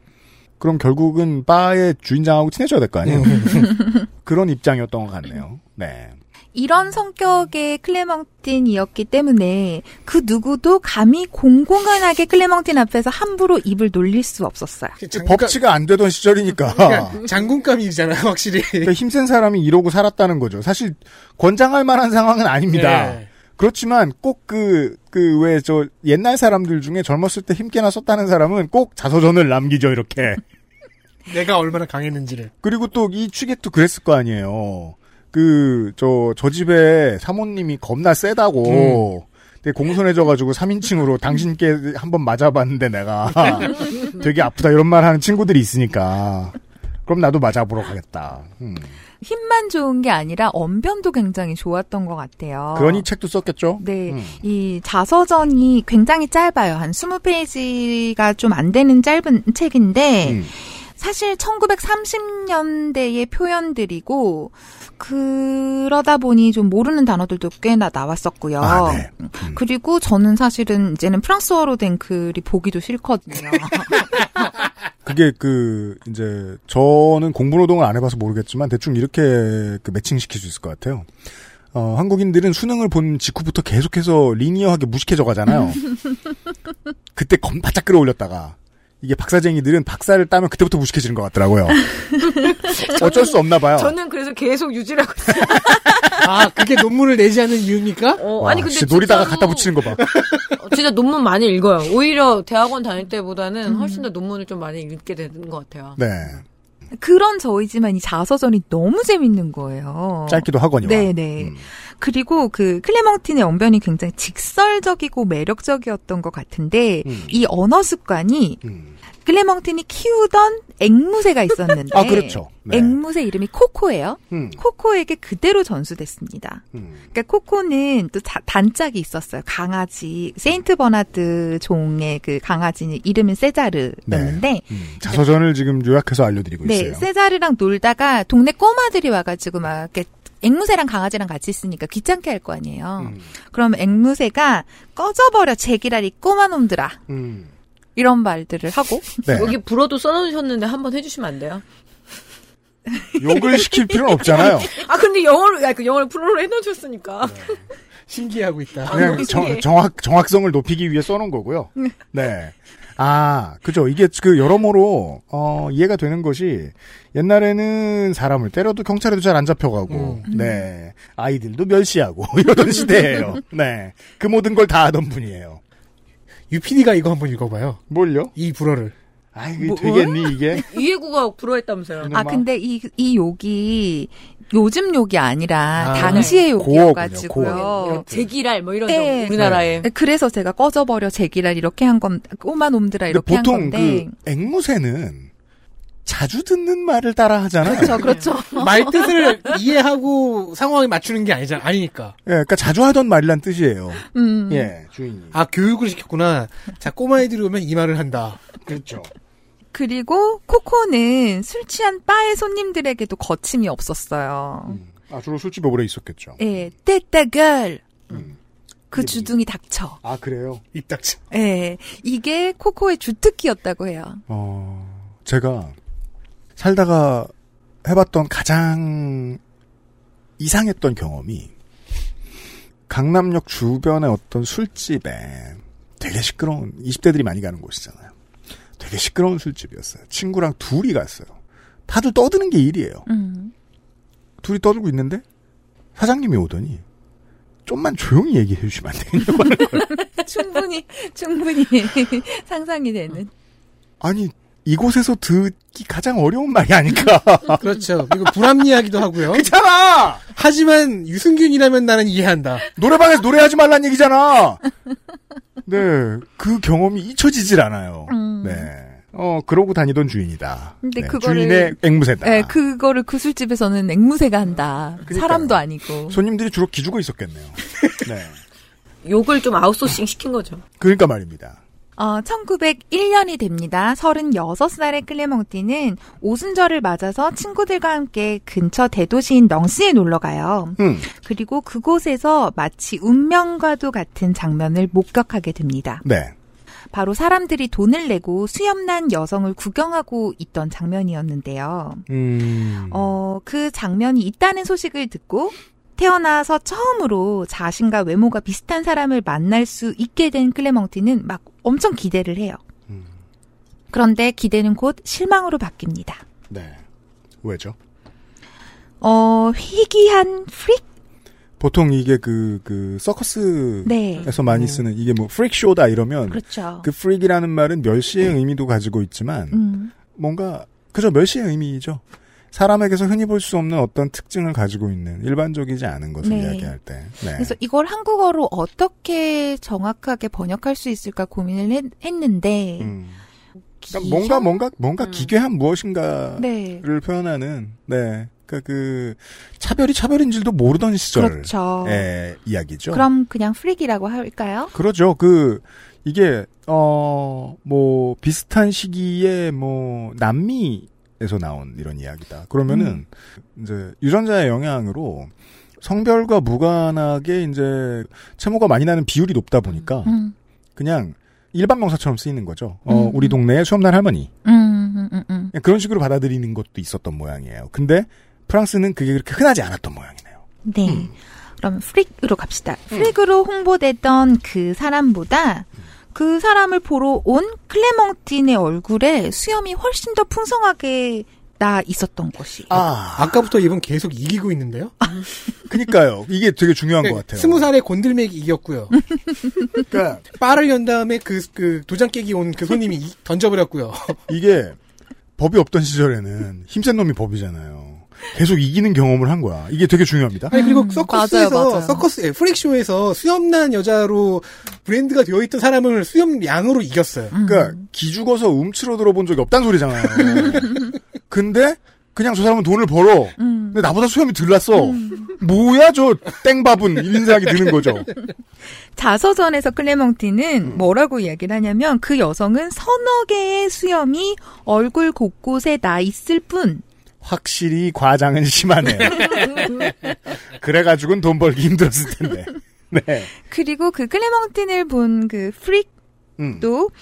Speaker 2: 그럼 결국은 바의 주인장하고 친해져야 될 거 아니에요. 그런 입장이었던 것 같네요. 네.
Speaker 4: 이런 성격의 클레멍틴이었기 때문에 그 누구도 감히 공공연하게 클레멍틴 앞에서 함부로 입을 놀릴 수 없었어요.
Speaker 7: 그러니까
Speaker 9: 장군감,
Speaker 2: 법치가 안 되던 시절이니까
Speaker 9: 그러니까 장군감이잖아 확실히.
Speaker 2: 그러니까 힘센 사람이 이러고 살았다는 거죠. 사실 권장할 만한 상황은 아닙니다.
Speaker 9: 네.
Speaker 2: 그렇지만 꼭 그, 그, 왜, 저, 옛날 사람들 중에 젊었을 때 힘께나 썼다는 사람은 꼭 자서전을 남기죠, 이렇게.
Speaker 9: 내가 얼마나 강했는지를.
Speaker 2: 그리고 또 이 취객도 그랬을 거 아니에요. 그, 저, 저 집에 사모님이 겁나 세다고. 되게 공손해져가지고 3인칭으로 당신께 한번 맞아봤는데 내가 되게 아프다 이런 말 하는 친구들이 있으니까. 그럼 나도 맞아보러 가겠다. 음.
Speaker 4: 힘만 좋은 게 아니라 언변도 굉장히 좋았던 것 같아요.
Speaker 2: 그러니 책도 썼겠죠?
Speaker 4: 네.
Speaker 2: 음.
Speaker 4: 이 자서전이 굉장히 짧아요. 한 20페이지가 좀 안 되는 짧은 책인데,
Speaker 2: 음.
Speaker 4: 사실 1930년대의 표현들이고, 그러다 보니 좀 모르는 단어들도 꽤나 나왔었고요.
Speaker 2: 아, 네.
Speaker 4: 그리고 저는 사실은 이제는 프랑스어로 된 글이 보기도 싫거든요.
Speaker 2: 그게 그 이제 저는 공부 노동을 안 해봐서 모르겠지만 대충 이렇게 그 매칭시킬 수 있을 것 같아요. 어, 한국인들은 수능을 본 직후부터 계속해서 리니어하게 무식해져 가잖아요. 그때 검바짝 끌어올렸다가 이게 박사쟁이들은 박사를 따면 그때부터 무식해지는 것 같더라고요. 어쩔 수 없나 봐요.
Speaker 8: 저는 그래서 계속 유지를 하고 있어요.
Speaker 9: 아, 그게 논문을 내지 않은 이유입니까?
Speaker 8: 어,
Speaker 2: 와,
Speaker 8: 아니 근데
Speaker 2: 진짜 놀이다가
Speaker 8: 진짜로
Speaker 2: 갖다 붙이는 거 봐.
Speaker 8: 어, 진짜 논문 많이 읽어요. 오히려 대학원 다닐 때보다는 훨씬 더 논문을 좀 많이 읽게 되는 것 같아요.
Speaker 2: 네.
Speaker 4: 그런 저이지만 이 자서전이 너무 재밌는
Speaker 8: 어.
Speaker 4: 거예요.
Speaker 2: 짧기도 하거니와.
Speaker 4: 네네.
Speaker 2: 음.
Speaker 4: 그리고 그 클레멍틴의 언변이 굉장히 직설적이고 매력적이었던 것 같은데
Speaker 2: 음.
Speaker 4: 이 언어 습관이
Speaker 2: 음.
Speaker 4: 클레멍틴이 키우던 앵무새가 있었는데
Speaker 2: 아, 그렇죠. 네.
Speaker 4: 앵무새 이름이 코코예요.
Speaker 2: 음.
Speaker 4: 코코에게 그대로 전수됐습니다.
Speaker 2: 음.
Speaker 4: 그러니까 코코는 또 자- 단짝이 있었어요. 강아지 세인트 버나드 종의 그 강아지 이름은 세자르였는데
Speaker 2: 음. 자서전을 지금 요약해서 알려드리고
Speaker 4: 네,
Speaker 2: 있어요.
Speaker 4: 세자르랑 놀다가 동네 꼬마들이 와가지고 막 이렇게 앵무새랑 강아지랑 같이 있으니까 귀찮게 할 거 아니에요.
Speaker 2: 음.
Speaker 4: 그럼 앵무새가 꺼져버려 제기라리 꼬마 놈들아
Speaker 2: 음.
Speaker 4: 이런 말들을 하고
Speaker 2: 네.
Speaker 8: 여기 불어도 써놓으셨는데 한번 해주시면 안 돼요?
Speaker 2: 욕을 시킬 필요는 없잖아요.
Speaker 8: 아 근데 영어로 야, 그 영어를 불어로 해놓으셨으니까
Speaker 9: 신기하고
Speaker 4: 아,
Speaker 9: 있다.
Speaker 2: 그냥
Speaker 4: 그렇죠. 네.
Speaker 2: 정, 정확 정확성을 높이기 위해 써놓은 거고요. 네. 아, 그죠. 이게 그 여러모로 어, 이해가 되는 것이 옛날에는 사람을 때려도 경찰에도 잘 안 잡혀가고,
Speaker 4: 음.
Speaker 2: 네 아이들도 멸시하고 이러던 시대예요. 네, 그 모든 걸 다 하던 분이에요.
Speaker 9: 유피디가 이거 한번 읽어봐요.
Speaker 2: 뭘요?
Speaker 9: 이 불어를.
Speaker 2: 아, 이게
Speaker 4: 뭐,
Speaker 2: 되겠니
Speaker 4: 네,
Speaker 2: 이게?
Speaker 8: 이해구가 불어했다면서요.
Speaker 4: 아 근데 이 이 욕이 요즘 욕이 아니라
Speaker 9: 아,
Speaker 4: 당시의
Speaker 2: 네. 고어군요,
Speaker 4: 욕이어가지고요.
Speaker 8: 제기랄 뭐 이런
Speaker 4: 네.
Speaker 8: 거 우리나라에
Speaker 4: 그래서 제가 꺼져버려 제기라 이렇게 한 건 꼬마 놈들아
Speaker 2: 근데
Speaker 4: 이렇게 한
Speaker 2: 보통
Speaker 4: 건데
Speaker 2: 그 앵무새는 자주 듣는 말을 따라 하잖아요.
Speaker 4: 그렇죠 그렇죠
Speaker 9: 말 뜻을 이해하고 상황에 맞추는 게 아니잖아, 아니니까.
Speaker 2: 예, 그러니까 자주 하던 말이란 뜻이에요.
Speaker 4: 음.
Speaker 2: 예, 주인이.
Speaker 9: 아, 교육을 시켰구나. 자, 꼬마애들이 오면 이 말을 한다.
Speaker 2: 그렇죠.
Speaker 4: 그리고 코코는 술 취한 바의 손님들에게도 거침이 없었어요.
Speaker 2: 아, 주로 술집에 오래 있었겠죠.
Speaker 4: 예, 떼따걸.
Speaker 2: 음.
Speaker 4: 그 주둥이 닥쳐.
Speaker 2: 아, 그래요?
Speaker 9: 입 닥쳐.
Speaker 4: 예, 이게 코코의 주특기였다고 해요.
Speaker 2: 어, 제가 살다가 해봤던 가장 이상했던 경험이 강남역 주변의 어떤 술집에 되게 시끄러운 20대들이 많이 가는 곳이잖아요. 되게 시끄러운 술집이었어요. 친구랑 둘이 갔어요. 다들 떠드는 게 일이에요.
Speaker 4: 음.
Speaker 2: 둘이 떠들고 있는데 사장님이 오더니 좀만 조용히 얘기해 주시면 안 되겠냐고 하는
Speaker 4: 충분히, 충분히 상상이 되는.
Speaker 2: 음. 아니 이곳에서 듣기 가장 어려운 말이 아닐까
Speaker 9: 그렇죠. 이거 불합리하기도 하고요.
Speaker 2: 잖아
Speaker 9: 하지만 유승균이라면 나는 이해한다.
Speaker 2: 노래방에서 노래하지 말란 얘기잖아 네그 경험이 잊혀지질 않아요
Speaker 4: 음.
Speaker 2: 네어 그러고 다니던 주인이다
Speaker 4: 근데
Speaker 2: 네,
Speaker 4: 그거를-
Speaker 2: 주인의 앵무새다
Speaker 4: 예, 그거를 그 술집에서는 앵무새가 한다.
Speaker 2: 그러니까요.
Speaker 4: 사람도 아니고.
Speaker 2: 손님들이 주로 기죽어 있었겠네요 네
Speaker 8: 욕을 좀 아웃소싱 시킨 거죠.
Speaker 2: 그러니까 말입니다
Speaker 4: 어, 1901년이 됩니다. 36살의 클레몽티는 오순절을 맞아서 친구들과 함께 근처 대도시인 넝스에 놀러 가요.
Speaker 2: 음
Speaker 4: 그리고 그곳에서 마치 운명과도 같은 장면을 목격하게 됩니다.
Speaker 2: 네
Speaker 4: 바로 사람들이 돈을 내고 수염난 여성을 구경하고 있던 장면이었는데요.
Speaker 2: 음.
Speaker 4: 어, 그 장면이 있다는 소식을 듣고 태어나서 처음으로 자신과 외모가 비슷한 사람을 만날 수 있게 된 클레멍티는 막 엄청 기대를 해요.
Speaker 2: 음.
Speaker 4: 그런데 기대는 곧 실망으로 바뀝니다.
Speaker 2: 네 왜죠
Speaker 4: 어, 희귀한 프릭?
Speaker 2: 보통 이게 그, 그, 서커스에서
Speaker 4: 네.
Speaker 2: 많이 쓰는, 이게 뭐, 프릭쇼다 이러면, 음. 그,
Speaker 4: 그렇죠. 네.
Speaker 2: 프릭이라는 말은 멸시의 의미도 가지고 있지만,
Speaker 4: 음.
Speaker 2: 뭔가, 그저 멸시의 의미이죠. 사람에게서 흔히 볼 수 없는 어떤 특징을 가지고 있는 일반적이지 않은 것을
Speaker 4: 네.
Speaker 2: 이야기할 때. 네.
Speaker 4: 그래서 이걸 한국어로 어떻게 정확하게 번역할 수 있을까 고민을 했, 는데
Speaker 2: 음. 그러니까 뭔가, 뭔가, 뭔가 기괴한 무엇인가를
Speaker 4: 음. 네.
Speaker 2: 표현하는, 네. 그러니까 그, 차별이 차별인 줄도 모르던 시절.
Speaker 4: 그렇죠.
Speaker 2: 의 이야기죠.
Speaker 4: 그럼 그냥 프릭이라고 할까요?
Speaker 2: 그러죠. 그 이게 어 뭐 비슷한 시기에 뭐 남미에서 나온 이런 이야기다.
Speaker 9: 음.
Speaker 2: 그러면은 이제 유전자의 영향으로 성별과 무관하게 이제 채무가 많이 나는 비율이 높다 보니까
Speaker 4: 음.
Speaker 2: 그냥 일반 명사처럼 쓰이는 거죠. 어,
Speaker 4: 음.
Speaker 2: 우리 동네의 수염난 할머니
Speaker 4: 음, 음, 음, 음.
Speaker 2: 그냥 그런 식으로 받아들이는 것도 있었던 모양이에요. 근데 프랑스는 그게 그렇게 흔하지 않았던 모양이네요.
Speaker 4: 네. 그럼 프릭으로 갑시다. 프릭으로 홍보됐던 그 사람보다 그 사람을 보러 온 클레멍틴의 얼굴에 수염이 훨씬 더 풍성하게 나 있었던 것이.
Speaker 2: 아,
Speaker 9: 아까부터 이분 계속 이기고 있는데요?
Speaker 2: 그니까요. 이게 되게 중요한 것
Speaker 9: 그러니까
Speaker 2: 같아요. 음.
Speaker 9: 스무 살에 곤들맥이 이겼고요.
Speaker 2: 그러니까
Speaker 9: 빠를 연 다음에 그, 그 도장 깨기 온 그 손님이 이- 던져버렸고요.
Speaker 2: 이게 법이 없던 시절에는 힘센 놈이 법이잖아요. 계속 이기는 경험을 한 거야. 이게 되게 중요합니다.
Speaker 9: 아니 그리고
Speaker 4: 음,
Speaker 9: 서커스에서
Speaker 4: 맞아요, 맞아요.
Speaker 9: 서커스 예, 프릭쇼에서 수염난 여자로 브랜드가 되어 있던 사람을 수염양으로 이겼어요.
Speaker 2: 그러니까 기죽어서 움츠러 들어본 적이 없단 소리잖아요. 근데 그냥 저 사람은 돈을 벌어.
Speaker 4: 음.
Speaker 2: 근데 나보다 수염이 덜 났어. 뭐야 저 땡밥은 이런 생각이 드는 거죠.
Speaker 4: 자서전에서 클레멍티는 뭐라고 이야기를 하냐면 그 여성은 서너 개의 수염이 얼굴 곳곳에 나 있을 뿐.
Speaker 2: 확실히 과장은 심하네. 그래가지고는 돈 벌기 힘들었을 텐데. 네.
Speaker 4: 그리고 그 클레멍틴을 본 그 프릭도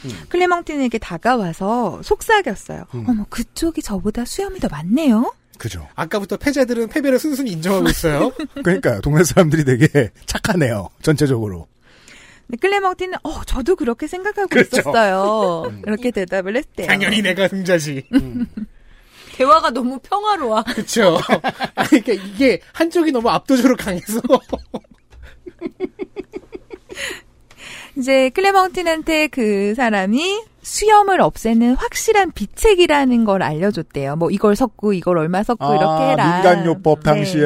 Speaker 2: 음.
Speaker 4: 클레멍틴에게 다가와서 속삭였어요.
Speaker 2: 음.
Speaker 4: 어머, 그쪽이 저보다 수염이 더 많네요?
Speaker 2: 그죠.
Speaker 9: 아까부터 패자들은 패배를 순순히 인정하고 있어요.
Speaker 2: 그러니까요. 동네 사람들이 되게 착하네요. 전체적으로.
Speaker 4: 근데 클레멍틴은 어, 저도 그렇게 생각하고
Speaker 2: 그렇죠. 음.
Speaker 4: 있었어요. 이렇게 대답을 했대요.
Speaker 9: 당연히 내가 승자지. 음.
Speaker 8: 대화가 너무 평화로워.
Speaker 9: 그렇죠. 그러니까 이게 한쪽이 너무 압도적으로 강해서
Speaker 4: 이제 클레멍틴한테 그 사람이 수염을 없애는 확실한 비책이라는 걸 알려줬대요. 뭐 이걸 섞고 이걸 얼마 섞고 뭐 이렇게 해라.
Speaker 2: 아, 민간요법
Speaker 4: 네.
Speaker 2: 당시에.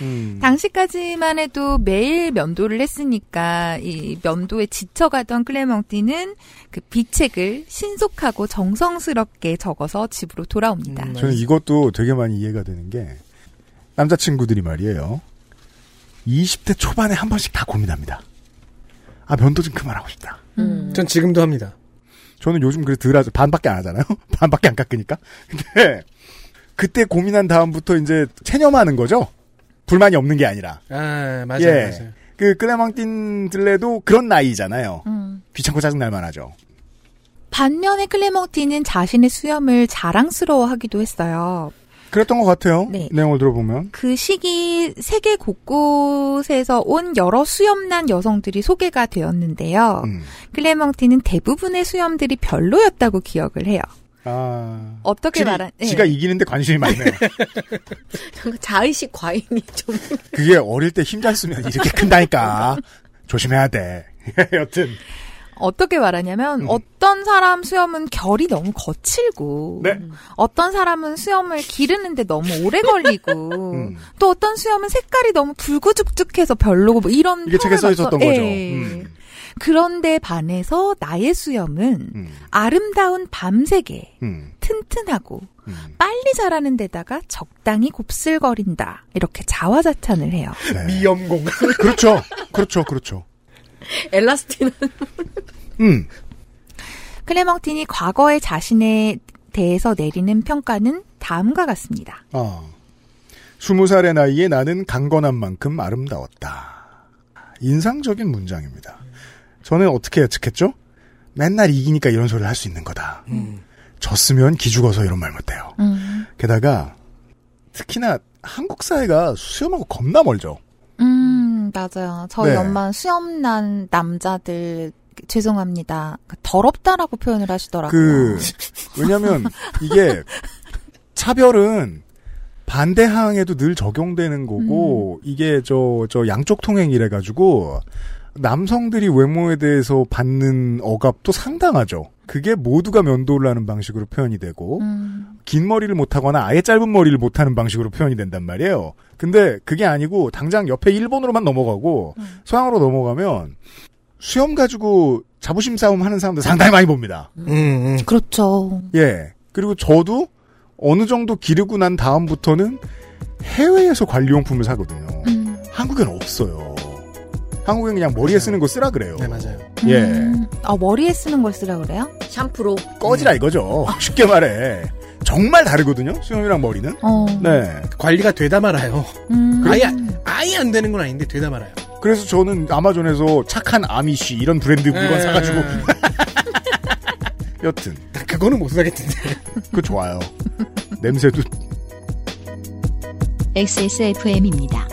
Speaker 2: 음.
Speaker 4: 당시까지만 해도 매일 면도를 했으니까 이 면도에 지쳐가던 클레멍띠는 그 비책을 신속하고 정성스럽게 적어서 집으로 돌아옵니다.
Speaker 2: 저는 이것도 되게 많이 이해가 되는 게 남자친구들이 말이에요. 20대 초반에 한 번씩 다 고민합니다. 아 면도 좀 그만하고 싶다.
Speaker 9: 전 지금도 합니다.
Speaker 2: 저는 요즘 그래 덜 하죠. 반밖에 안 하잖아요. 반밖에 안 깎으니까. 근데 그때 고민한 다음부터 이제 체념하는 거죠. 불만이 없는 게 아니라.
Speaker 9: 아 맞아요.
Speaker 2: 예.
Speaker 9: 맞아요.
Speaker 2: 그 클레망틴들레도 그런 나이잖아요.
Speaker 4: 음.
Speaker 2: 귀찮고 짜증날 만하죠.
Speaker 4: 반면에 클레멍띠는 자신의 수염을 자랑스러워하기도 했어요.
Speaker 2: 그랬던 것 같아요.
Speaker 4: 네.
Speaker 2: 내용을 들어보면.
Speaker 4: 그 시기 세계 곳곳에서 온 여러 수염난 여성들이 소개가 되었는데요.
Speaker 2: 음.
Speaker 4: 클레멍티는 대부분의 수염들이 별로였다고 기억을 해요.
Speaker 2: 아.
Speaker 4: 어떻게
Speaker 2: 지가-
Speaker 4: 말한? 예.
Speaker 2: 지가 이기는데 관심이 많네요.
Speaker 8: 그 자의식 과잉이 좀.
Speaker 2: 그게 어릴 때 힘 잘 쓰면 이렇게 큰다니까. 조심해야 돼. 여튼.
Speaker 4: 어떻게 말하냐면
Speaker 2: 음.
Speaker 4: 어떤 사람 수염은 결이 너무 거칠고
Speaker 2: 네.
Speaker 4: 어떤 사람은 수염을 기르는데 너무 오래 걸리고
Speaker 2: 음.
Speaker 4: 또 어떤 수염은 색깔이 너무 붉구죽죽해서 별로고 뭐 이런
Speaker 2: 이게 책에
Speaker 4: 평을
Speaker 2: 써 있었던
Speaker 4: 받고-
Speaker 2: 거죠.
Speaker 4: 예.
Speaker 2: 음.
Speaker 4: 그런데 반해서 나의 수염은
Speaker 2: 음.
Speaker 4: 아름다운 밤색에
Speaker 2: 음.
Speaker 4: 튼튼하고
Speaker 2: 음.
Speaker 4: 빨리 자라는 데다가 적당히 곱슬거린다 이렇게 자화자찬을 해요.
Speaker 2: 네.
Speaker 9: 미염공.
Speaker 2: 그렇죠. 그렇죠. 그렇죠.
Speaker 8: 엘라스틴은
Speaker 2: 음.
Speaker 4: 클레멍틴이 과거의 자신에 대해서 내리는 평가는 다음과 같습니다.
Speaker 2: 아. 스무 살의 나이에 나는 강건한 만큼 아름다웠다. 인상적인 문장입니다. 저는 어떻게 예측했죠? 맨날 이기니까 이런 소리를 할 수 있는 거다. 졌으면 기죽어서 이런 말 못해요.
Speaker 4: 음,
Speaker 2: 게다가 특히나 한국 사회가 수염하고 겁나 멀죠.
Speaker 4: 음, 맞아요. 저희
Speaker 2: 네.
Speaker 4: 엄마 수염난 남자들 죄송합니다. 그 더럽다라고 표현을 하시더라고요.
Speaker 2: 그 왜냐하면 이게 차별은 반대항에도 늘 적용되는 거고 이게 저 저 양쪽 통행이래 가지고 남성들이 외모에 대해서 받는 억압도 상당하죠. 그게 모두가 면도를 하는 방식으로 표현이 되고
Speaker 4: 음,
Speaker 2: 긴 머리를 못 하거나 아예 짧은 머리를 못 하는 방식으로 표현이 된단 말이에요. 근데 그게 아니고 당장 옆에 일본으로만 넘어가고 서양으로 넘어가면 수염 가지고 자부심 싸움 하는 사람들 상당히 많이 봅니다.
Speaker 9: 음, 음.
Speaker 4: 그렇죠.
Speaker 2: 예. 그리고 저도 어느 정도 기르고 난 다음부터는 해외에서 관리용품을 사거든요.
Speaker 4: 음,
Speaker 2: 한국엔 없어요. 한국엔 그냥 머리에 쓰는 거 쓰라 그래요.
Speaker 9: 네 맞아요.
Speaker 2: 예.
Speaker 4: 음. 아, 머리에 쓰는 걸 쓰라 그래요?
Speaker 8: 샴푸로.
Speaker 2: 꺼지라 이거죠. 쉽게 말해. 정말 다르거든요. 수염이랑 머리는.
Speaker 4: 어.
Speaker 2: 네.
Speaker 9: 관리가 되다 말아요.
Speaker 4: 음.
Speaker 9: 아예 아예 안 되는 건 아닌데 되다 말아요.
Speaker 2: 그래서 저는 아마존에서 착한 아미쉬 이런 브랜드 물건
Speaker 7: 네.
Speaker 9: 예.
Speaker 2: 사가지고 여튼
Speaker 9: 나 그거는 못 사겠던데.
Speaker 2: 그거 좋아요. 냄새도
Speaker 1: XSFM입니다.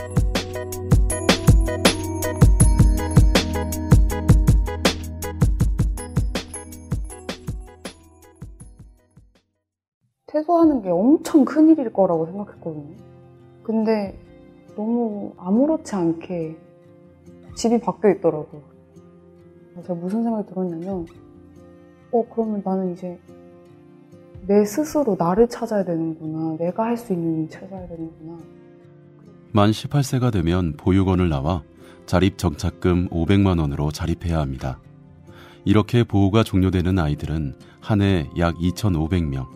Speaker 10: 체포하는 게 엄청 큰일일 거라고 생각했거든요. 근데 너무 아무렇지 않게 집이 바뀌어 있더라고요. 제가 무슨 생각이 들었냐면, 어, 그러면 나는 이제 내 스스로 나를 찾아야 되는구나. 내가 할 수 있는 일 찾아야 되는구나.
Speaker 11: 만 18세가 되면 보육원을 나와 자립정착금 500만 원으로 자립해야 합니다. 이렇게 보호가 종료되는 아이들은 한 해 약 2,500명.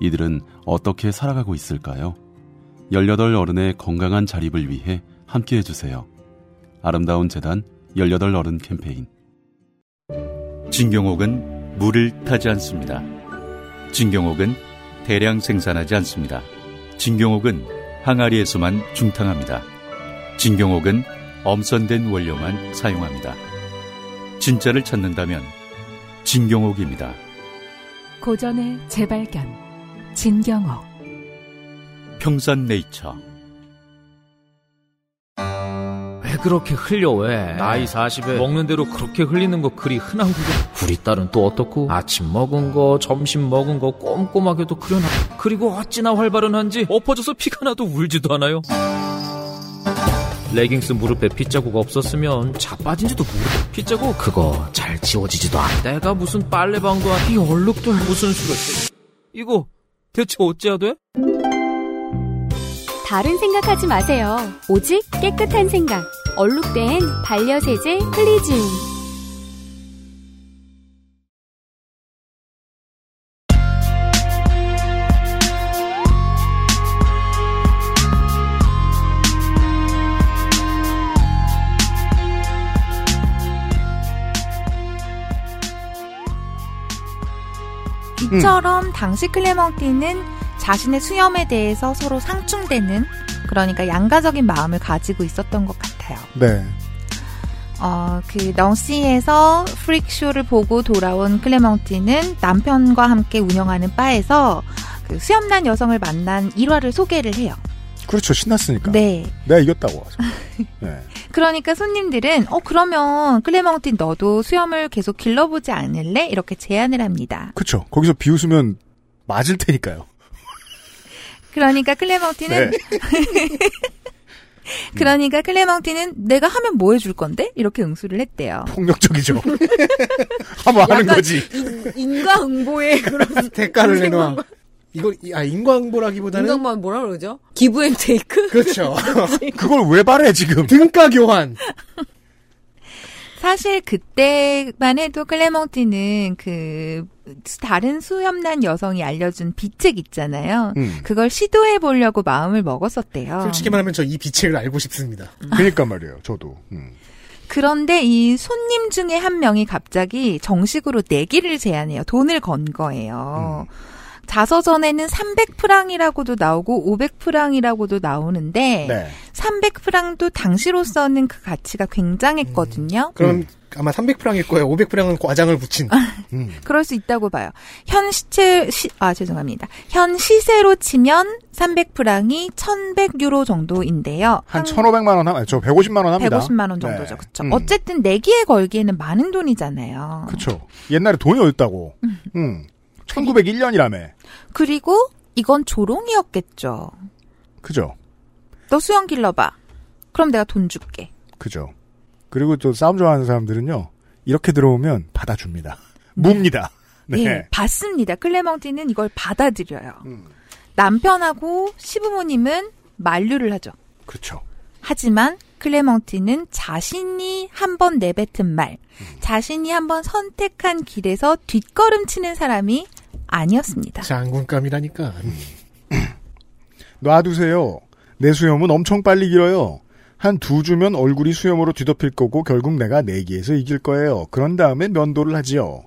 Speaker 11: 이들은 어떻게 살아가고 있을까요? 18 어른의 건강한 자립을 위해 함께 해주세요. 아름다운 재단 18 어른 캠페인.
Speaker 12: 진경옥은 물을 타지 않습니다. 진경옥은 대량 생산하지 않습니다. 진경옥은 항아리에서만 중탕합니다. 진경옥은 엄선된 원료만 사용합니다. 진짜를 찾는다면 진경옥입니다.
Speaker 13: 고전의 재발견 진경옥
Speaker 12: 평산네이처
Speaker 5: 왜 그렇게 흘려 왜 나이 40에 먹는 대로 그렇게 흘리는 거 그리 흔한 거고 우리 딸은 또 어떻고 아침 먹은 거 점심 먹은 거 꼼꼼하게도 그려놔 그리고 어찌나 활발은 한지 엎어져서 피가 나도 울지도 않아요 레깅스 무릎에 핏자국 없었으면 자빠진지도 모르고 핏자국 그거 잘 지워지지도 않아 내가 무슨 빨래방도 아니 얼룩도 아니 무슨 수를 이거 대체 어찌해야 돼?
Speaker 6: 다른 생각하지 마세요. 오직 깨끗한 생각. 얼룩된 반려세제 클리징.
Speaker 4: 이처럼 당시 클레멍티는 자신의 수염에 대해서 서로 상충되는 그러니까 양가적인 마음을 가지고 있었던 것 같아요.
Speaker 2: 네.
Speaker 4: 어, 그 넝시에서 프릭쇼를 보고 돌아온 클레멍티는 남편과 함께 운영하는 바에서 그 수염난 여성을 만난 일화를 소개를 해요.
Speaker 2: 그렇죠. 신났으니까.
Speaker 4: 네.
Speaker 2: 내가 이겼다고. 하죠. 네.
Speaker 4: 그러니까 손님들은 어 그러면 클레멍틴 너도 수염을 계속 길러보지 않을래? 이렇게 제안을 합니다.
Speaker 2: 그렇죠. 거기서 비웃으면 맞을 테니까요. 네.
Speaker 4: 그러니까 클레멍틴은 그러니까 클레멍틴은 내가 하면 뭐 해줄 건데? 이렇게 응수를 했대요.
Speaker 2: 폭력적이죠. 한번 하는
Speaker 4: 약간
Speaker 2: 거지.
Speaker 8: 인과응보의 그런
Speaker 9: 대가를 내놔. 이걸 이- 아 인과응보라기보다는
Speaker 8: 인간만 뭐라 그러죠? 기브앤테이크?
Speaker 9: 그렇죠.
Speaker 2: 그걸 왜 말해 지금?
Speaker 9: 등가 교환.
Speaker 4: 사실 그때만 해도 클레몽티는 그 다른 수염난 여성이 알려준 비책 있잖아요.
Speaker 2: 음.
Speaker 4: 그걸 시도해 보려고 마음을 먹었었대요.
Speaker 9: 솔직히 말하면 저 이 비책을 알고 싶습니다.
Speaker 2: 그러니까 말이에요. 저도. 음.
Speaker 4: 그런데 이 손님 중에 한 명이 갑자기 정식으로 내기를 제안해요. 돈을 건
Speaker 9: 음.
Speaker 4: 거예요. 자서전에는 300프랑이라고도 나오고 500프랑이라고도 나오는데
Speaker 9: 네.
Speaker 4: 300프랑도 당시로서는 그 가치가 굉장했거든요.
Speaker 9: 그럼 아마 300프랑일 거예요. 500프랑은 과장을 붙인.
Speaker 4: 아. 그럴 수 있다고 봐요. 현 시체 시, 아 죄송합니다. 현 시세로 치면 300프랑이 1,100유로 정도인데요.
Speaker 2: 한 1,500만 원 하면 저 150만 원 합니다.
Speaker 4: 150만 원 정도죠.
Speaker 2: 네.
Speaker 4: 그렇죠.
Speaker 2: 음.
Speaker 4: 어쨌든 내기에 걸기에는 많은 돈이잖아요.
Speaker 2: 그렇죠. 옛날에 돈이 어딨다고. 음. 1901년이라며.
Speaker 4: 그리고 이건 조롱이었겠죠.
Speaker 2: 그죠.
Speaker 4: 너 수영 길러봐. 그럼 내가 돈 줄게.
Speaker 2: 그죠. 그리고 또 싸움 좋아하는 사람들은요. 이렇게 들어오면 받아줍니다. 뭡니다. 네.
Speaker 4: 예, 받습니다. 클레멍티는 이걸 받아들여요.
Speaker 2: 음.
Speaker 4: 남편하고 시부모님은 만류를 하죠.
Speaker 2: 그렇죠.
Speaker 4: 하지만 클레멍티는 자신이 한 번 내뱉은 말, 자신이 한 번 선택한 길에서 뒷걸음치는 사람이 아니었습니다.
Speaker 9: 장군감이라니까.
Speaker 2: 놔두세요. 내 수염은 엄청 빨리 길어요. 한 두 주면 얼굴이 수염으로 뒤덮일 거고 결국 내가 내기에서 이길 거예요. 그런 다음에 면도를 하지요.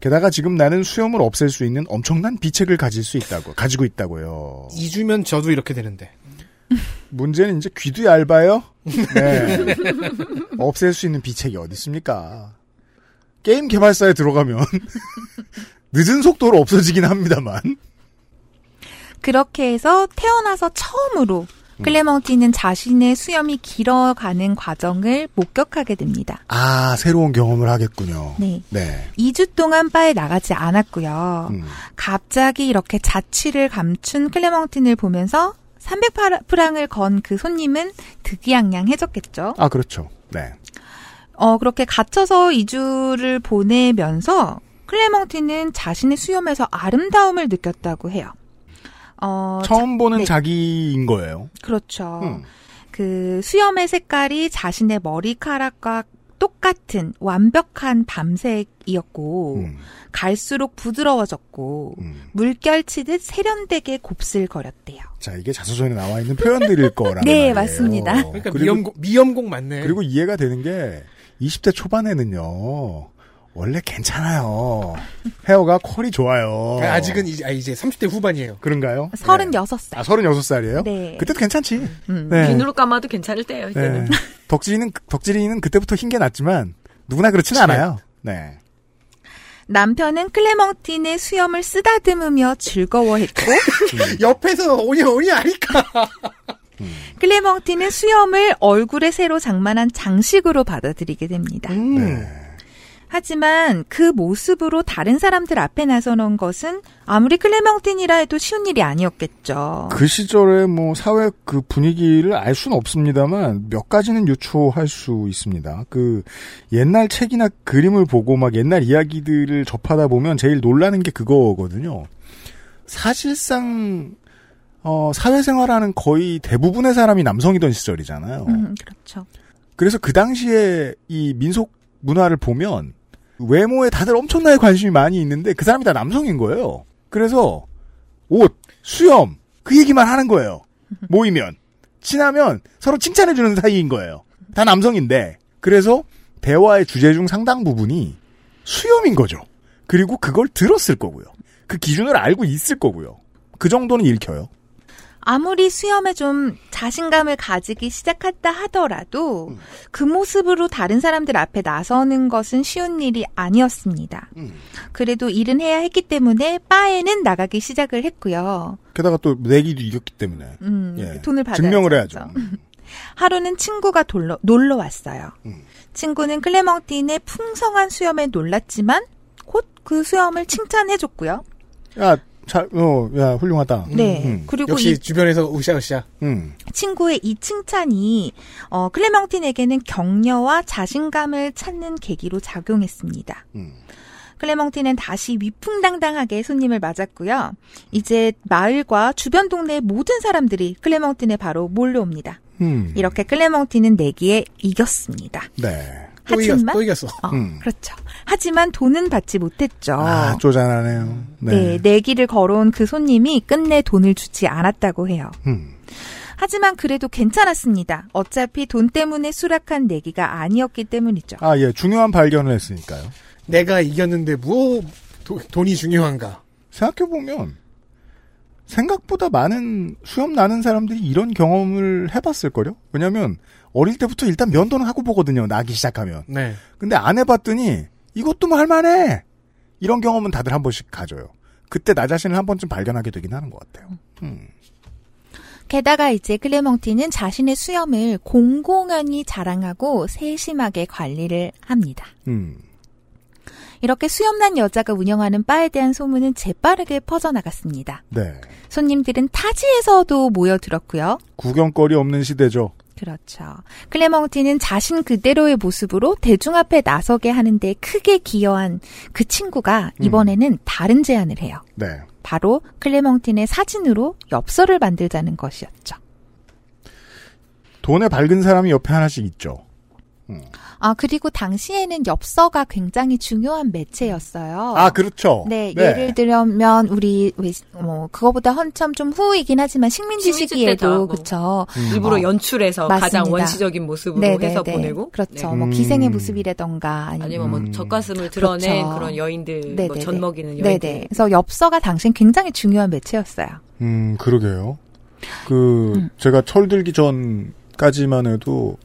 Speaker 2: 게다가 지금 나는 수염을 없앨 수 있는 엄청난 비책을 가질 수 있다고 가지고 있다고요.
Speaker 9: 2주면 저도 이렇게 되는데.
Speaker 2: 문제는 이제 귀도 얇아요. 네. 없앨 수 있는 비책이 어디 있습니까? 게임 개발사에 들어가면 늦은 속도로 없어지긴 합니다만.
Speaker 4: 그렇게 해서 태어나서 처음으로 클레멍티는 자신의 수염이 길어가는 과정을 목격하게 됩니다.
Speaker 2: 아, 새로운 경험을 하겠군요.
Speaker 4: 네.
Speaker 2: 네.
Speaker 4: 2주 동안 바에 나가지 않았고요.
Speaker 2: 음.
Speaker 4: 갑자기 이렇게 자취를 감춘 클레멍틴을 보면서 300프랑을 건 그 손님은 득이양양해졌겠죠.
Speaker 2: 아, 그렇죠. 네.
Speaker 4: 어, 그렇게 갇혀서 2주를 보내면서 클레멍틴은 자신의 수염에서 아름다움을 느꼈다고 해요. 어,
Speaker 2: 처음
Speaker 4: 자-
Speaker 2: 보는
Speaker 4: 네,
Speaker 2: 자기인 거예요.
Speaker 4: 그렇죠.
Speaker 2: 음.
Speaker 4: 그 수염의 색깔이 자신의 머리카락과 똑같은 완벽한 밤색이었고
Speaker 2: 음.
Speaker 4: 갈수록 부드러워졌고 물결치듯 세련되게 곱슬거렸대요.
Speaker 2: 자, 이게 자서전에 나와 있는 표현들일 거라는
Speaker 4: 네,
Speaker 2: 말이에요.
Speaker 4: 맞습니다.
Speaker 9: 그러니까 미염공, 미염공 맞네.
Speaker 2: 그리고 이해가 되는 게 20대 초반에는요. 원래 괜찮아요. 헤어가 퀄이 좋아요.
Speaker 9: 아, 아직은 이제, 아, 이제 30대 후반이에요.
Speaker 2: 그런가요?
Speaker 4: 36살.
Speaker 2: 아, 36살이에요?
Speaker 4: 네. 음.
Speaker 2: 그때도 괜찮지.
Speaker 8: 비누로 감아도 괜찮을 때예요 이때는.
Speaker 2: 네. 덕질이는 덕질이는 그때부터 흰 게 났지만 누구나 그렇진 않아요. 네.
Speaker 4: 남편은 클레멍틴의 수염을 쓰다듬으며 즐거워했고
Speaker 9: 음. 옆에서 오니 오니 아니까
Speaker 4: 클레멍틴은 수염을 얼굴에 새로 장만한 장식으로 받아들이게 됩니다.
Speaker 2: 음. 네.
Speaker 4: 하지만 그 모습으로 다른 사람들 앞에 나서는 것은 아무리 클레멍틴이라 해도 쉬운 일이 아니었겠죠.
Speaker 2: 그 시절의 뭐 사회 그 분위기를 알 수는 없습니다만 몇 가지는 유추할 수 있습니다. 그 옛날 책이나 그림을 보고 막 옛날 이야기들을 접하다 보면 제일 놀라는 게 그거거든요. 사실상 어, 사회생활하는 거의 대부분의 사람이 남성이던 시절이잖아요.
Speaker 4: 음, 그렇죠.
Speaker 2: 그래서 그 당시에 이 민속 문화를 보면 외모에 다들 엄청나게 관심이 많이 있는데 그 사람이 다 남성인 거예요. 그래서 옷, 수염 그 얘기만 하는 거예요. 모이면 친하면 서로 칭찬해 주는 사이인 거예요. 다 남성인데 그래서 대화의 주제 중 상당 부분이 수염인 거죠. 그리고 그걸 들었을 거고요. 그 기준을 알고 있을 거고요. 그 정도는 읽혀요.
Speaker 4: 아무리 수염에 좀 자신감을 가지기 시작했다 하더라도
Speaker 2: 음.
Speaker 4: 그 모습으로 다른 사람들 앞에 나서는 것은 쉬운 일이 아니었습니다.
Speaker 2: 음.
Speaker 4: 그래도 일은 해야 했기 때문에 바에는 나가기 시작을 했고요.
Speaker 2: 게다가 또 내기도 이겼기 때문에
Speaker 4: 음,
Speaker 2: 예.
Speaker 4: 돈을 그렇죠. 받아야
Speaker 2: 증명을 해야죠. 음.
Speaker 4: 하루는 친구가 돌러- 놀러 왔어요.
Speaker 9: 음.
Speaker 4: 친구는 클레멍틴의 풍성한 수염에 놀랐지만 곧 그 수염을 칭찬해줬고요.
Speaker 2: 야, 잘, 어, 야, 훌륭하다.
Speaker 4: 네,
Speaker 9: 음,
Speaker 4: 그리고
Speaker 9: 역시
Speaker 4: 이-
Speaker 9: 주변에서 으쌰으쌰.
Speaker 2: 음.
Speaker 4: 친구의 이 칭찬이 어, 클레멍틴에게는 격려와 자신감을 찾는 계기로 작용했습니다.
Speaker 9: 음.
Speaker 4: 클레멍틴은 다시 위풍당당하게 손님을 맞았고요. 이제 마을과 주변 동네의 모든 사람들이 클레멍틴에 바로 몰려옵니다.
Speaker 2: 음.
Speaker 4: 이렇게 클레멍틴은 내기에 이겼습니다.
Speaker 2: 네.
Speaker 9: 또 이겼-
Speaker 4: 하지만
Speaker 9: 또 이겼어.
Speaker 4: 어,
Speaker 2: 음.
Speaker 4: 그렇죠. 하지만 돈은 받지 못했죠.
Speaker 2: 아, 쪼잔하네요.
Speaker 4: 네,
Speaker 2: 네.
Speaker 4: 내기를 걸어온 그 손님이 끝내 돈을 주지 않았다고 해요.
Speaker 2: 음.
Speaker 4: 하지만 그래도 괜찮았습니다. 어차피 돈 때문에 수락한 내기가 아니었기 때문이죠.
Speaker 2: 아, 예. 중요한 발견을 했으니까요.
Speaker 9: 내가 이겼는데 뭐 도- 돈이 중요한가?
Speaker 2: 생각해보면, 생각보다 많은 수염 나는 사람들이 이런 경험을 해봤을걸요? 왜냐면, 어릴 때부터 일단 면도는 하고 보거든요. 나기 시작하면.
Speaker 9: 네.
Speaker 2: 근데 안 해봤더니, 이것도 뭐 할만해! 이런 경험은 다들 한 번씩 가져요. 그때 나 자신을 한 번쯤 발견하게 되긴 하는 것 같아요. 음.
Speaker 4: 게다가 이제 클레멍티는 자신의 수염을 공공연히 자랑하고 세심하게 관리를 합니다.
Speaker 2: 음.
Speaker 4: 이렇게 수염난 여자가 운영하는 바에 대한 소문은 재빠르게 퍼져나갔습니다.
Speaker 2: 네.
Speaker 4: 손님들은 타지에서도 모여들었고요.
Speaker 2: 구경거리 없는 시대죠.
Speaker 4: 그렇죠. 클레멍티는 자신 그대로의 모습으로 대중 앞에 나서게 하는데 크게 기여한 그 친구가 이번에는 다른 제안을 해요.
Speaker 2: 네.
Speaker 4: 바로 클레멍틴의 사진으로 엽서를 만들자는 것이었죠.
Speaker 2: 돈에 밝은 사람이 옆에 하나씩 있죠.
Speaker 4: 아, 그리고 당시에는 엽서가 굉장히 중요한 매체였어요.
Speaker 2: 아, 그렇죠.
Speaker 4: 네, 예를 들면 우리 왜, 뭐 그거보다 한참 좀 후이긴 하지만 식민지
Speaker 8: 식민지 때다,
Speaker 4: 시기에도
Speaker 8: 뭐.
Speaker 4: 그쵸.
Speaker 8: 일부러
Speaker 4: 어,
Speaker 8: 연출해서 가장
Speaker 4: 맞습니다.
Speaker 8: 원시적인 모습으로
Speaker 4: 네네네.
Speaker 8: 해서 보내고
Speaker 4: 그렇죠.
Speaker 8: 네.
Speaker 4: 뭐 기생의 모습이라던가 아니면,
Speaker 8: 아니면 뭐
Speaker 9: 음.
Speaker 8: 젖가슴을 드러낸
Speaker 4: 그렇죠.
Speaker 8: 그런 여인들 뭐
Speaker 4: 네네네.
Speaker 8: 젖먹이는
Speaker 4: 네네.
Speaker 8: 여인들
Speaker 4: 그래서 엽서가 당시엔 굉장히 중요한 매체였어요.
Speaker 2: 음, 그러게요. 그,
Speaker 4: 음.
Speaker 2: 제가 철들기 전까지만 해도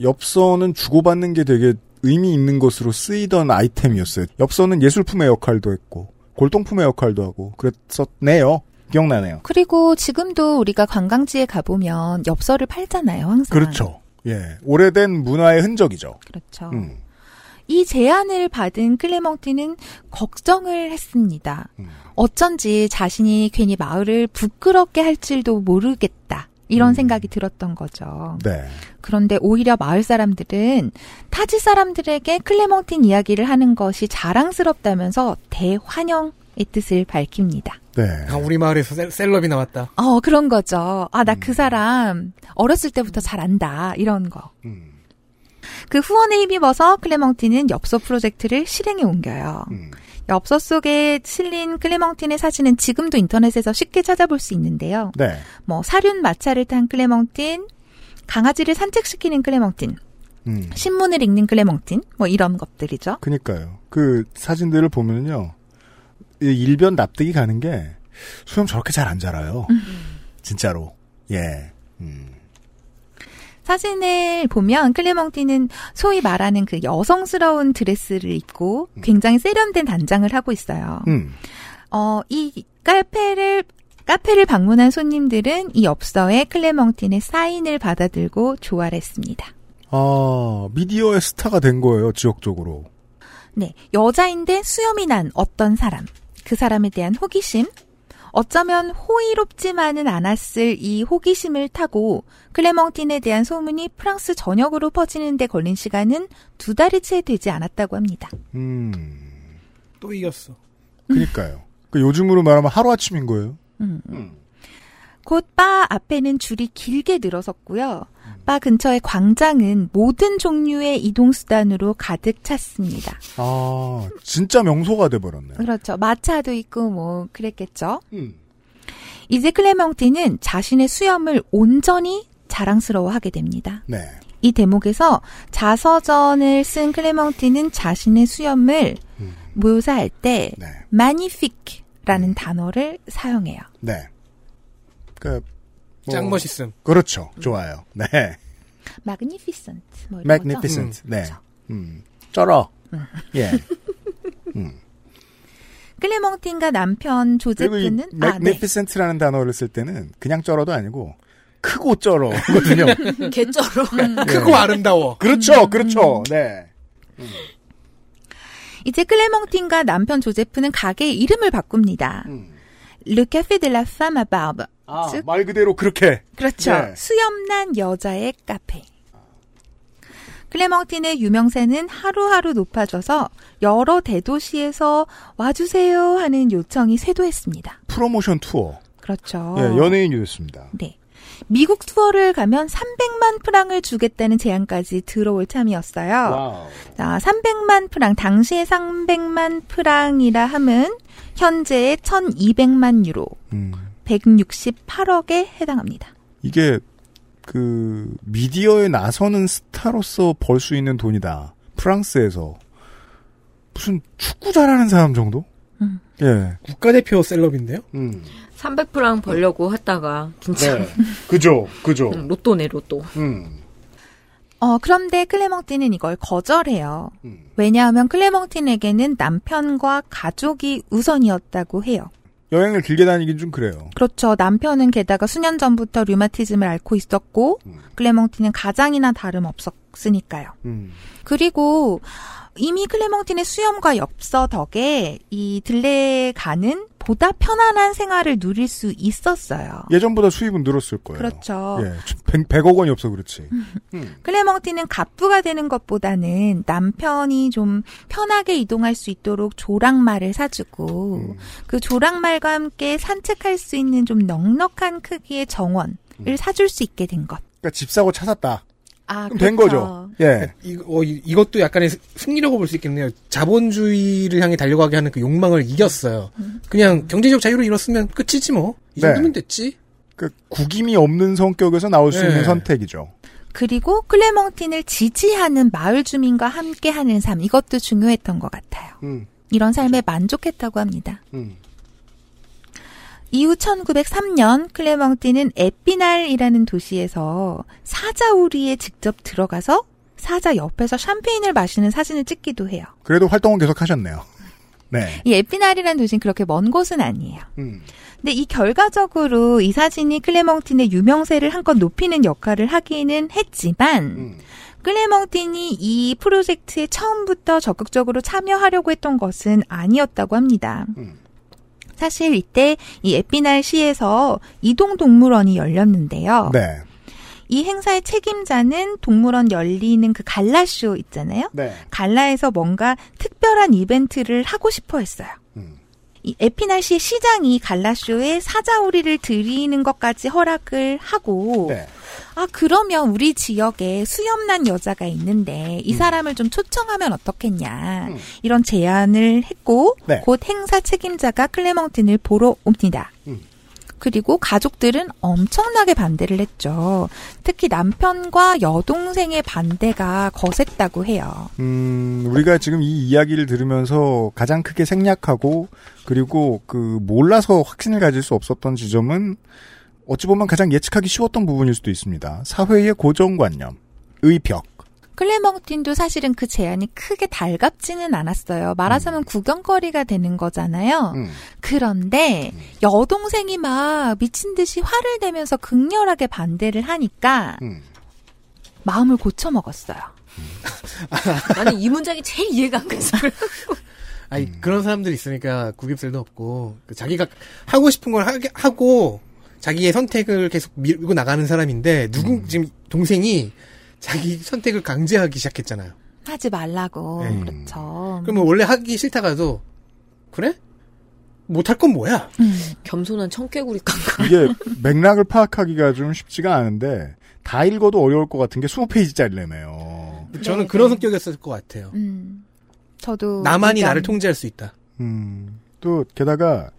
Speaker 2: 엽서는 주고받는 게 되게 의미 있는 것으로 쓰이던 아이템이었어요. 엽서는 예술품의 역할도 했고, 골동품의 역할도 하고, 그랬었네요. 기억나네요.
Speaker 4: 그리고 지금도 우리가 관광지에 가보면 엽서를 팔잖아요, 항상.
Speaker 2: 그렇죠. 예. 오래된 문화의 흔적이죠.
Speaker 4: 그렇죠.
Speaker 2: 음.
Speaker 4: 이 제안을 받은 클레멍티는 걱정을 했습니다.
Speaker 2: 음.
Speaker 4: 어쩐지 자신이 괜히 마을을 부끄럽게 할지도 모르겠다.
Speaker 2: 음.
Speaker 4: 이런 생각이 들었던 거죠.
Speaker 2: 네.
Speaker 4: 그런데 오히려 마을 사람들은 타지 사람들에게 클레멍틴 이야기를 하는 것이 자랑스럽다면서 대환영의 뜻을 밝힙니다.
Speaker 2: 네.
Speaker 9: 아, 우리 마을에서 셀- 셀럽이 나왔다.
Speaker 4: 어, 그런 거죠. 아, 나 그 사람 어렸을 때부터 잘 안다. 이런 거.
Speaker 2: 음.
Speaker 4: 그 후원에 힘입어서 클레멍틴은 엽서 프로젝트를 실행에 옮겨요. 엽서 속에 실린 클레멍틴의 사진은 지금도 인터넷에서 쉽게 찾아볼 수 있는데요.
Speaker 2: 네.
Speaker 4: 뭐 사륜 마차를 탄 클레멍틴, 강아지를 산책시키는 클레멍틴,
Speaker 2: 음.
Speaker 4: 신문을 읽는 클레멍틴, 뭐 이런 것들이죠.
Speaker 2: 그니까요. 그 사진들을 보면요. 이 일변 납득이 가는 게 수염 저렇게 잘 안 자라요. 진짜로. 예.
Speaker 4: 사진을 보면 클레멍티는 소위 말하는 그 여성스러운 드레스를 입고 굉장히 세련된 단장을 하고 있어요.
Speaker 2: 음.
Speaker 4: 어, 이 카페를 카페를 방문한 손님들은 이 엽서에 클레멍틴의 사인을 받아들고 조화했습니다.
Speaker 2: 아, 미디어의 스타가 된 거예요, 지역적으로.
Speaker 4: 네, 여자인데 수염이 난 어떤 사람, 그 사람에 대한 호기심, 어쩌면 호의롭지만은 않았을 이 호기심을 타고 클레멍틴에 대한 소문이 프랑스 전역으로 퍼지는데 걸린 시간은 두 달이 채 되지 않았다고 합니다.
Speaker 2: 음.
Speaker 9: 또 이겼어.
Speaker 2: 그니까요. 그 요즘으로 말하면 하루아침인 거예요.
Speaker 4: 음. 곧 바 앞에는 줄이 길게 늘어섰고요. 바 근처의 광장은 모든 종류의 이동수단으로 가득 찼습니다.
Speaker 2: 아, 진짜 명소가 돼버렸네.
Speaker 4: 그렇죠. 마차도 있고 뭐 그랬겠죠.
Speaker 2: 음.
Speaker 4: 이제 클레멍티는 자신의 수염을 온전히 자랑스러워하게 됩니다.
Speaker 2: 네.
Speaker 4: 이 대목에서 자서전을 쓴 클레멍티는 자신의 수염을
Speaker 2: 음.
Speaker 4: 묘사할 때
Speaker 2: 네.
Speaker 4: magnifique라는 단어를 사용해요.
Speaker 2: 네. 그,
Speaker 9: 짱 멋있음.
Speaker 2: 그렇죠. 좋아요. 네.
Speaker 4: magnificent 뭐 이런
Speaker 2: magnificent.
Speaker 4: 거죠?
Speaker 2: 네. 음. 쩔어.
Speaker 4: 음.
Speaker 2: 예.
Speaker 4: 클레멍틴과 남편
Speaker 2: 그리고 이
Speaker 4: 조제프는 아, 네.
Speaker 2: magnificent라는 단어를 쓸 때는 그냥 쩔어도 아니고, 크고 쩔어거든요.
Speaker 8: 개쩔어.
Speaker 4: 네.
Speaker 2: 크고
Speaker 9: 아름다워.
Speaker 4: 음.
Speaker 2: 그렇죠, 그렇죠. 네.
Speaker 4: 이제 클레멍틴과 남편 조제프는 가게의 이름을 바꿉니다. Le Café de la Femme à Barbe.
Speaker 2: 음. 아,
Speaker 4: 즉,
Speaker 2: 말 그대로 그렇게.
Speaker 4: 그렇죠.
Speaker 2: 네.
Speaker 4: 수염난 여자의 카페. 클레멍틴의 유명세는 하루하루 높아져서 여러 대도시에서 와주세요 하는 요청이 쇄도했습니다.
Speaker 2: 프로모션 투어.
Speaker 4: 그렇죠.
Speaker 2: 예, 연예인이 됐습니다.
Speaker 4: 네. 미국 투어를 가면 300만 프랑을 주겠다는 제안까지 들어올 참이었어요. 자, 300만 프랑, 당시의 300만 프랑이라 함은 현재의 1200만 유로, 168억에 해당합니다.
Speaker 2: 음. 이게 그 미디어에 나서는 스타로서 벌 수 있는 돈이다. 프랑스에서 무슨 축구 잘하는 사람 정도?
Speaker 4: 음.
Speaker 2: 예. 음.
Speaker 9: 국가대표 셀럽인데요?
Speaker 8: 300프랑 벌려고 했다가 진짜
Speaker 9: 네.
Speaker 2: 그죠, 그죠.
Speaker 4: 음.
Speaker 2: 음.
Speaker 8: 응, 로또네 로또.
Speaker 4: 어, 그런데 클레멍틴은 이걸 거절해요. 왜냐하면 클레멍틴에게는 남편과 가족이 우선이었다고 해요.
Speaker 2: 여행을 길게 다니긴 좀 그래요.
Speaker 4: 그렇죠. 남편은 게다가 수년 전부터 류마티즘을 앓고 있었고, 클레멍틴은 가장이나 다름없었으니까요.
Speaker 9: 음.
Speaker 4: 그리고 이미 클레멍틴의 수염과 엽서 덕에 이 들레에 가는 보다 편안한 생활을 누릴 수 있었어요.
Speaker 2: 예전보다 수입은 늘었을 거예요.
Speaker 4: 그렇죠.
Speaker 2: 예. 100, 억 원이 없어 그렇지.
Speaker 4: 클레멍틴은 갑부가 되는 것보다는 남편이 좀 편하게 이동할 수 있도록 조랑말을 사주고
Speaker 2: 음.
Speaker 4: 그 조랑말과 함께 산책할 수 있는 좀 넉넉한 크기의 정원을 사줄 수 있게 된 것.
Speaker 2: 그러니까 집 사고 차 샀다.
Speaker 4: 아,
Speaker 2: 음. 그럼 된 거죠. 예.
Speaker 9: 이, 어, 이, 것도 약간의 승- 승리라고 볼 수 있겠네요. 자본주의를 향해 달려가게 하는 그 욕망을 이겼어요. 그냥 경제적 자유를 이뤘으면 끝이지 뭐. 이
Speaker 2: 네.
Speaker 9: 정도면 됐지.
Speaker 2: 그 구김이 없는 성격에서 나올 수
Speaker 9: 예.
Speaker 2: 있는 선택이죠.
Speaker 4: 그리고 클레멍틴을 지지하는 마을 주민과 함께하는 삶 이것도 중요했던 것 같아요.
Speaker 2: 음.
Speaker 4: 이런 삶에 만족했다고 합니다.
Speaker 2: 음.
Speaker 4: 이후 1903년 클레멍틴은 에피날이라는 도시에서 사자우리에 직접 들어가서 사자 옆에서 샴페인을 마시는 사진을 찍기도 해요.
Speaker 2: 그래도 활동은 계속 하셨네요. 네.
Speaker 4: 이 에피날이라는 도시는 그렇게 먼 곳은 아니에요.
Speaker 2: 음.
Speaker 4: 근데 이 결과적으로 이 사진이 클레멍틴의 유명세를 한껏 높이는 역할을 하기는 했지만 클레멍틴이 이 프로젝트에 처음부터 적극적으로 참여하려고 했던 것은 아니었다고 합니다. 사실 이때 이 에피날 시에서 이동 동물원이 열렸는데요.
Speaker 2: 네.
Speaker 4: 이 행사의 책임자는 동물원 열리는 그 갈라쇼 있잖아요.
Speaker 2: 네.
Speaker 4: 갈라에서 뭔가 특별한 이벤트를 하고 싶어 했어요. 이 에피날시 시장이 갈라쇼에 사자오리를 드리는 것까지 허락을 하고,
Speaker 2: 네.
Speaker 4: 아, 그러면 우리 지역에 수염난 여자가 있는데, 이 사람을 좀 초청하면 어떻겠냐, 이런 제안을 했고,
Speaker 14: 네.
Speaker 4: 곧 행사 책임자가 클레멍틴을 보러 옵니다. 그리고 가족들은 엄청나게 반대를 했죠. 특히 남편과 여동생의 반대가 거셌다고 해요.
Speaker 2: 음, 우리가 지금 이 이야기를 들으면서 가장 크게 생략하고 그리고 그 몰라서 확신을 가질 수 없었던 지점은 어찌 보면 가장 예측하기 쉬웠던 부분일 수도 있습니다. 사회의 고정관념의 벽.
Speaker 4: 클레멍틴도 사실은 그 제안이 크게 달갑지는 않았어요.
Speaker 9: 음.
Speaker 4: 말하자면 구경거리가 되는 거잖아요.
Speaker 2: 음,
Speaker 4: 그런데
Speaker 9: 음.
Speaker 4: 여동생이 막 미친 듯이 화를 내면서 극렬하게 반대를 하니까
Speaker 2: 음.
Speaker 4: 마음을 고쳐 먹었어요.
Speaker 8: 나는 이 문장이 제일 이해가 안 가서 그래.
Speaker 9: 아니 그런 사람들이 있으니까 구깁셀도 없고 그 자기가 하고 싶은 걸 하게 하고 자기의 선택을 계속 밀고 나가는 사람인데 누구 지금 동생이 자기 선택을 강제하기 시작했잖아요.
Speaker 4: 하지 말라고.
Speaker 9: 네.
Speaker 4: 그렇죠.
Speaker 9: 그러면 원래 하기 싫다가도 그래? 못할 건 뭐야?
Speaker 8: 겸손한 청개구리 깡.
Speaker 2: 이게 맥락을 파악하기가 좀 쉽지가 않은데 다 읽어도 어려울 것 같은 게 20페이지짜리라며요.
Speaker 9: 저는 그런 성격이었을 것 같아요.
Speaker 4: 음. 저도
Speaker 9: 나만이
Speaker 4: 일단-
Speaker 9: 나를 통제할 수 있다.
Speaker 2: 음, 또 게다가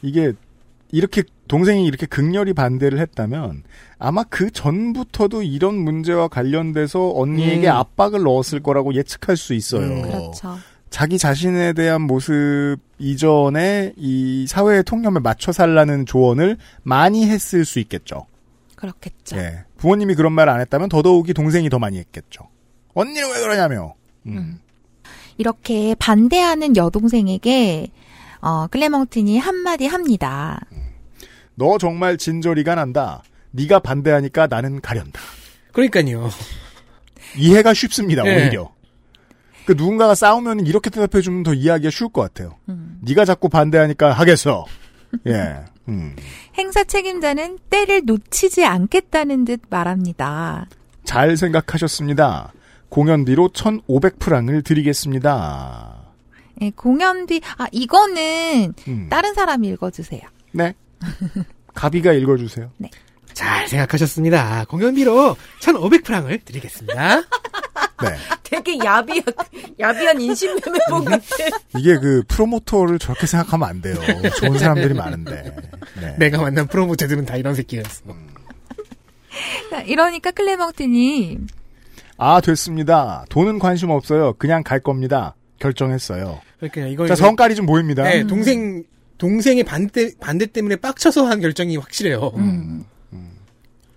Speaker 2: 이게 이렇게 동생이 이렇게 극렬히 반대를 했다면 아마 그 전부터도 이런 문제와 관련돼서 언니에게
Speaker 7: 음.
Speaker 2: 압박을 넣었을 거라고 예측할 수 있어요.
Speaker 4: 그렇죠.
Speaker 2: 자기 자신에 대한 모습 이전에 이 사회의 통념에 맞춰 살라는 조언을 많이 했을 수 있겠죠.
Speaker 4: 그렇겠죠.
Speaker 9: 네.
Speaker 2: 예. 부모님이 그런 말 안 했다면 더더욱이 동생이 더 많이 했겠죠. 언니는 왜 그러냐며.
Speaker 4: 이렇게 반대하는 여동생에게 어, 클레멍틴이 한마디 합니다.
Speaker 2: 너 정말 진저리가 난다. 네가 반대하니까 나는 가련다.
Speaker 9: 그러니까요.
Speaker 2: 이해가 쉽습니다.
Speaker 9: 예.
Speaker 2: 오히려. 그 누군가가 싸우면 이렇게 대답해 주면 더 이해하기가 쉬울 것 같아요.
Speaker 4: 음.
Speaker 2: 네가 자꾸 반대하니까 하겠어. 예. 음.
Speaker 4: 행사 책임자는 때를 놓치지 않겠다는 듯 말합니다.
Speaker 2: 잘 생각하셨습니다. 공연 뒤로 1,500프랑을 드리겠습니다.
Speaker 4: 예, 공연 뒤, 아, 이거는 다른 사람이 읽어주세요.
Speaker 2: 네. 가비가 읽어주세요.
Speaker 9: 잘 생각하셨습니다. 공연비로 1,500프랑을 드리겠습니다.
Speaker 2: 네.
Speaker 8: 되게 야비한 야비한
Speaker 9: 음,
Speaker 8: 인신매매범 같아.
Speaker 2: 이게 그 프로모터를 저렇게 생각하면 안 돼요. 좋은 사람들이 많은데. 네.
Speaker 9: 내가 만난 프로모테들은 다 이런 새끼였어.
Speaker 4: 자, 이러니까 클레멍틴이
Speaker 2: 아, 됐습니다. 돈은 관심 없어요. 그냥 갈 겁니다. 결정했어요.
Speaker 9: 그러니까 이걸
Speaker 2: 자,
Speaker 9: 이제-
Speaker 2: 성깔이 음. 좀 보입니다.
Speaker 9: 네, 동생 동생의 반대 반대 때문에 빡쳐서 한 결정이 확실해요.
Speaker 2: 음.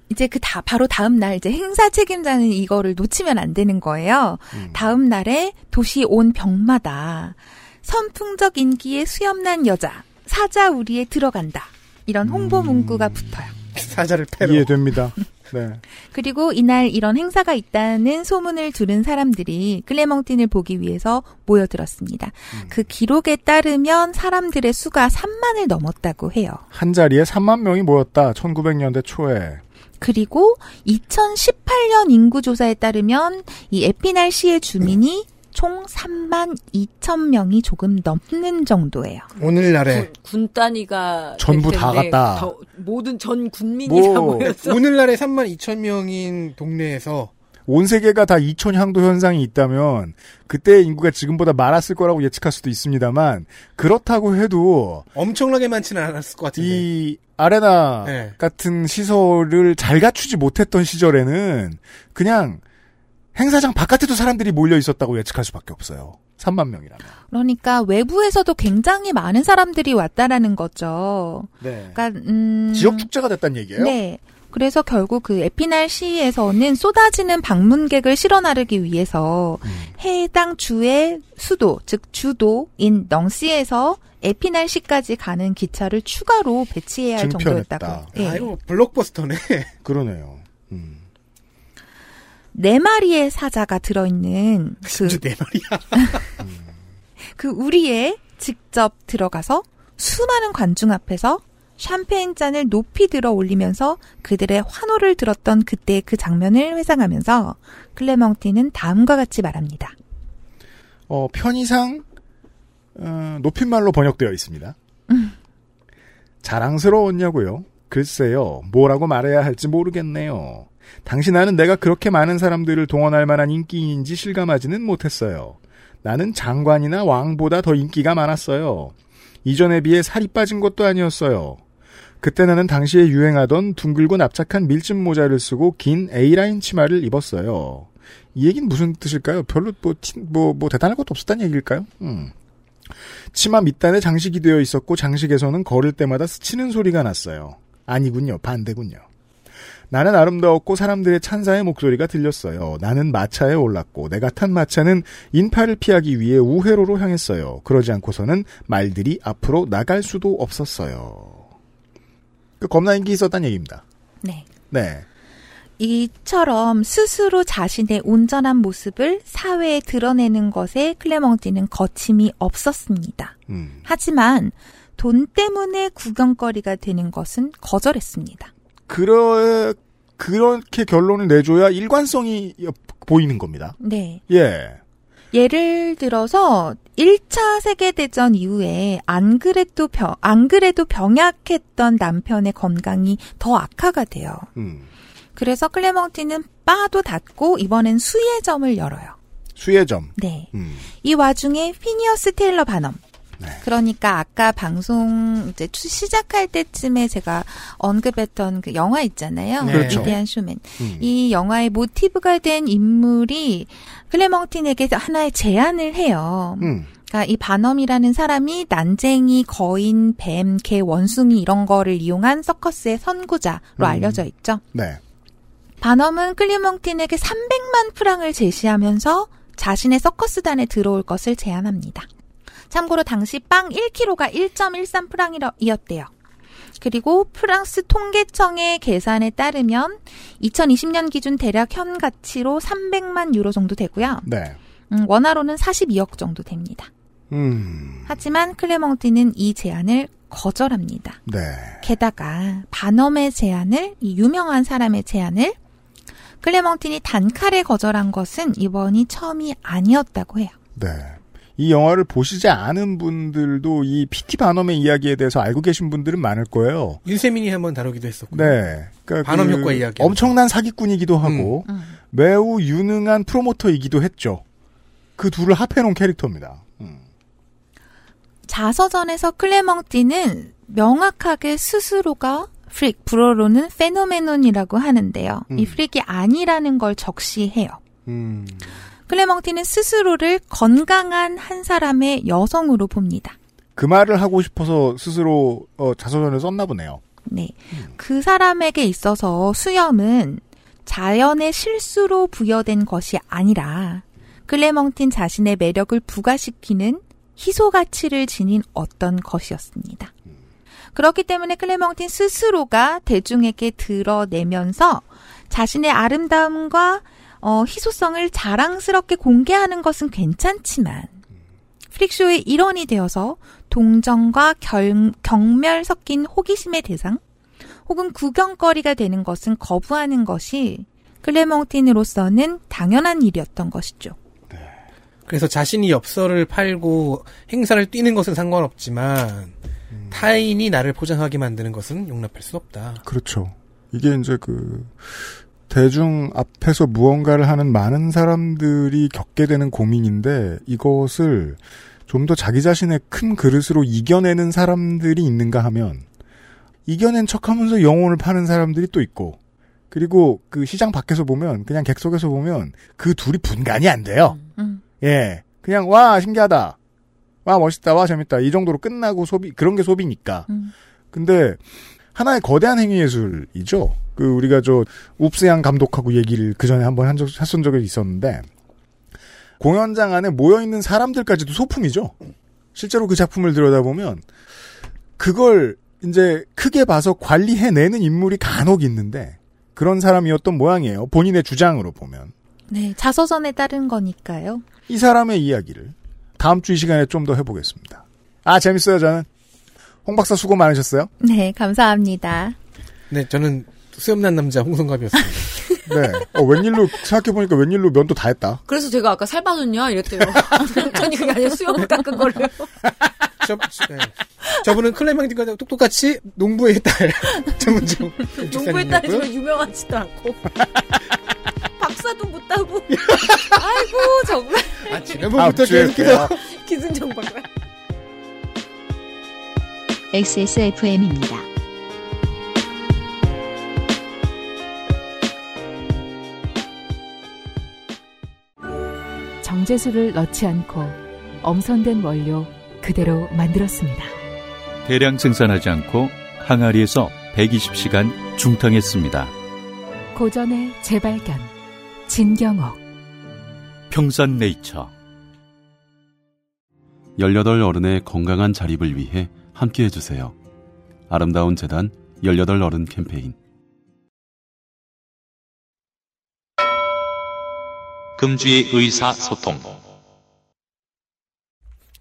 Speaker 4: 이제 그 다, 바로 다음 날, 이제 행사 책임자는 이거를 놓치면 안 되는 거예요. 다음 날에 도시 온 병마다 선풍적 인기의 수염난 여자, 사자 우리에 들어간다. 이런 홍보 문구가 붙어요.
Speaker 9: 사자를
Speaker 2: 패러. 이해됩니다. 네.
Speaker 4: 그리고 이날 이런 행사가 있다는 소문을 들은 사람들이 클레멍틴을 보기 위해서 모여들었습니다.
Speaker 2: 음.
Speaker 4: 그 기록에 따르면 사람들의 수가 3만을 넘었다고 해요.
Speaker 2: 한 자리에 3만 명이 모였다. 1900년대 초에.
Speaker 4: 그리고 2018년 인구조사에 따르면 이 에피날 시의 주민이 총 3만 2천 명이 조금 넘는 정도예요.
Speaker 9: 오늘날에
Speaker 8: 군 단위가
Speaker 9: 네. 전부
Speaker 8: 될
Speaker 9: 다
Speaker 8: 텐데
Speaker 9: 갔다. 뭐.
Speaker 8: 더- 모든 전 군민이 다 모였어.
Speaker 9: 오늘날에 3만 2천 명인 동네에서
Speaker 2: 온 세계가 다 이촌 향도 현상이 있다면 그때 인구가 지금보다 많았을 거라고 예측할 수도 있습니다만 그렇다고 해도
Speaker 9: 엄청나게 많지는 않았을 것 같은데.
Speaker 2: 이 아레나 같은 시설을 잘 갖추지 못했던 시절에는 그냥 행사장 바깥에도 사람들이 몰려 있었다고 예측할 수밖에 없어요. 3만 명이라면.
Speaker 4: 그러니까 외부에서도 굉장히 많은 사람들이 왔다라는 거죠.
Speaker 2: 네.
Speaker 4: 그러니까 음,
Speaker 2: 지역 축제가 됐다는 얘기예요?
Speaker 4: 네. 그래서 결국 그 에피날 시에서는 쏟아지는 방문객을 실어 나르기 위해서
Speaker 2: 음.
Speaker 4: 해당 주의 수도, 즉 주도인 넝시에서 에피날 시까지 가는 기차를 추가로 배치해야 할
Speaker 2: 증편했다.
Speaker 4: 정도였다고.
Speaker 9: 아유 블록버스터네.
Speaker 2: 그러네요.
Speaker 4: 네 마리의 사자가 들어있는 그
Speaker 9: 네 마리야.
Speaker 4: 그 우리에 직접 들어가서 수많은 관중 앞에서 샴페인 잔을 높이 들어 올리면서 그들의 환호를 들었던 그때의 그 장면을 회상하면서 클레멍티는 다음과 같이 말합니다.
Speaker 2: 어, 편의상 어, 높임말로 번역되어 있습니다. 자랑스러웠냐고요? 글쎄요, 뭐라고 말해야 할지 모르겠네요. 당신 아는 내가 그렇게 많은 사람들을 동원할 만한 인기인지 실감하지는 못했어요. 나는 장관이나 왕보다 더 인기가 많았어요. 이전에 비해 살이 빠진 것도 아니었어요. 그때 나는 당시에 유행하던 둥글고 납작한 밀짚 모자를 쓰고 긴 A라인 치마를 입었어요. 이 얘기는 무슨 뜻일까요? 별로 뭐, 티- 뭐, 뭐 대단할 것도 없었다는 얘기일까요? 음. 치마 밑단에 장식이 되어 있었고 장식에서는 걸을 때마다 스치는 소리가 났어요. 아니군요. 반대군요. 나는 아름다웠고 사람들의 찬사의 목소리가 들렸어요. 나는 마차에 올랐고 내가 탄 마차는 인파를 피하기 위해 우회로로 향했어요. 그러지 않고서는 말들이 앞으로 나갈 수도 없었어요. 그 겁나 인기 있었단 얘기입니다.
Speaker 4: 네.
Speaker 2: 네.
Speaker 4: 이처럼 스스로 자신의 온전한 모습을 사회에 드러내는 것에 클레멍티는 거침이 없었습니다.
Speaker 2: 음.
Speaker 4: 하지만 돈 때문에 구경거리가 되는 것은 거절했습니다.
Speaker 2: 그러 그렇게 결론을 내줘야 일관성이 보이는 겁니다.
Speaker 4: 네.
Speaker 2: 예.
Speaker 4: 예를 들어서 1차 세계대전 이후에 안 그래도 병, 안 그래도 병약했던 남편의 건강이 더 악화가 돼요.
Speaker 2: 음.
Speaker 4: 그래서 클레멍티는 바도 닫고 이번엔 수예점을 열어요.
Speaker 2: 수예점.
Speaker 4: 네.
Speaker 2: 음.
Speaker 4: 이 와중에 피니어스 테일러 반엄.
Speaker 14: 네.
Speaker 4: 그러니까 아까 방송 이제 추- 시작할 때쯤에 제가 언급했던 그 영화 있잖아요.
Speaker 14: 네. 그렇죠.
Speaker 4: 위대한 쇼맨.
Speaker 14: 음.
Speaker 4: 이 영화의 모티브가 된 인물이 클레멍틴에게 하나의 제안을 해요.
Speaker 2: 음.
Speaker 4: 그러니까 이 반엄이라는 사람이 난쟁이, 거인, 뱀, 개, 원숭이 이런 거를 이용한 서커스의 선구자로
Speaker 14: 음.
Speaker 4: 알려져 있죠.
Speaker 2: 네.
Speaker 4: 반엄은 클리몽틴에게 300만 프랑을 제시하면서 자신의 서커스단에 들어올 것을 제안합니다. 참고로 당시 빵 1kg가 1.13 프랑이었대요. 그리고 프랑스 통계청의 계산에 따르면 2020년 기준 대략 현 가치로 300만 유로 정도 되고요.
Speaker 2: 네.
Speaker 4: 음, 원화로는 42억 정도 됩니다.
Speaker 2: 음.
Speaker 4: 하지만 클레몽티는 이 제안을 거절합니다.
Speaker 2: 네.
Speaker 4: 게다가 반엄의 제안을 이 유명한 사람의 제안을 클레멍틴이 단칼에 거절한 것은 이번이 처음이 아니었다고 해요.
Speaker 2: 네. 이 영화를 보시지 않은 분들도 이 PT 반엄의 이야기에 대해서 알고 계신 분들은 많을 거예요.
Speaker 9: 윤세민이 한번 다루기도 했었고.
Speaker 2: 네. 그러니까
Speaker 9: 반업
Speaker 2: 그
Speaker 9: 효과 음. 이야기.
Speaker 2: 엄청난 사기꾼이기도 하고 매우 유능한 프로모터이기도 했죠. 그 둘을 합해놓은 캐릭터입니다.
Speaker 4: 자서전에서 클레멍틴은 명확하게 스스로가 프릭, 불어로는 페노메논이라고 하는데요. 이 프릭이 아니라는 걸 적시해요.
Speaker 2: 음.
Speaker 4: 클레멍틴은 스스로를 건강한 한 사람의 여성으로 봅니다.
Speaker 2: 그 말을 하고 싶어서 스스로 어, 자서전을 썼나 보네요.
Speaker 4: 네. 그 사람에게 있어서 수염은 자연의 실수로 부여된 것이 아니라 클레멍틴 자신의 매력을 부과시키는 희소 가치를 지닌 어떤 것이었습니다. 그렇기 때문에 클레멍틴 스스로가 대중에게 드러내면서 자신의 아름다움과 어, 희소성을 자랑스럽게 공개하는 것은 괜찮지만 프릭쇼의 일원이 되어서 동정과 결- 경멸 섞인 호기심의 대상 혹은 구경거리가 되는 것은 거부하는 것이 클레멍틴으로서는 당연한 일이었던 것이죠.
Speaker 9: 그래서 자신이 엽서를 팔고 행사를 뛰는 것은 상관없지만
Speaker 2: 음.
Speaker 9: 타인이 나를 포장하게 만드는 것은 용납할 수 없다.
Speaker 2: 그렇죠. 이게 이제 그 대중 앞에서 무언가를 하는 많은 사람들이 겪게 되는 고민인데 이것을 좀 더 자기 자신의 큰 그릇으로 이겨내는 사람들이 있는가 하면 이겨낸 척하면서 영혼을 파는 사람들이 또 있고 그리고 그 시장 밖에서 보면 그냥 객석에서 보면 그 둘이 분간이 안 돼요.
Speaker 4: 음.
Speaker 2: 예. 그냥 와 신기하다, 와 멋있다, 와 재밌다 이 정도로 끝나고 소비 그런 게 소비니까.
Speaker 4: 음.
Speaker 2: 근데 하나의 거대한 행위 예술이죠. 그 우리가 저 웁스양 감독하고 얘기를 그 전에 한번 한 적, 했던 적이 있었는데 공연장 안에 모여 있는 사람들까지도 소품이죠. 실제로 그 작품을 들여다보면 그걸 이제 크게 봐서 관리해내는 인물이 간혹 있는데 그런 사람이었던 모양이에요. 본인의 주장으로 보면
Speaker 4: 네, 자서전에 따른 거니까요.
Speaker 2: 이 사람의 이야기를 다음 주 이 시간에 좀 더 해보겠습니다. 아 재밌어요 저는 홍 박사 수고 많으셨어요.
Speaker 4: 네, 감사합니다.
Speaker 9: 네, 저는 수염난 남자 홍성갑이었습니다.
Speaker 2: 네. 어, 웬일로 생각해보니까 웬일로 면도 다 했다.
Speaker 8: 그래서 제가 아까 살 빠졌냐 이랬대요. 전이 그게 아니라 수염을 깎은 거래요.
Speaker 9: 저, 네. 저분은 클레망딩과 똑똑같이 농부의 딸 전문점
Speaker 8: 농부의 딸이지만 유명하지도 않고 박사도 못 따고. 아이고 정말.
Speaker 9: 아, 지난번부터 아, 계속해서.
Speaker 8: 기승전박을.
Speaker 1: XSFM입니다.
Speaker 13: 정제수를 넣지 않고 엄선된 원료 그대로 만들었습니다.
Speaker 12: 대량 생산하지 않고 항아리에서 120시간 중탕했습니다.
Speaker 13: 고전의 재발견 진경옥
Speaker 12: 평산네이처
Speaker 11: 18 어른의 건강한 자립을 위해 함께 해주세요. 아름다운 재단 18 어른 캠페인
Speaker 14: 금주의 의사소통.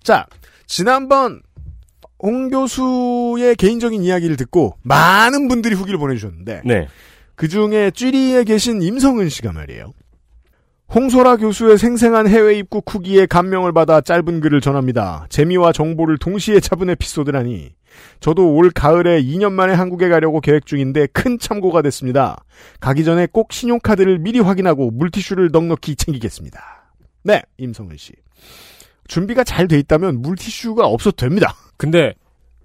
Speaker 7: 자, 지난번 홍 교수의 개인적인 이야기를 듣고 많은 분들이 후기를 보내주셨는데
Speaker 3: 네.
Speaker 7: 그 중에 쥐리에 계신 임성은 씨가 말이에요. 홍소라 교수의 생생한 해외 입국 후기에 감명을 받아 짧은 글을 전합니다. 재미와 정보를 동시에 잡은 에피소드라니. 저도 올 가을에 2년 만에 한국에 가려고 계획 중인데 큰 참고가 됐습니다. 가기 전에 꼭 신용카드를 미리 확인하고 물티슈를 넉넉히 챙기겠습니다. 네, 임성은 씨. 준비가 잘 돼 있다면 물티슈가 없어도 됩니다.
Speaker 3: 근데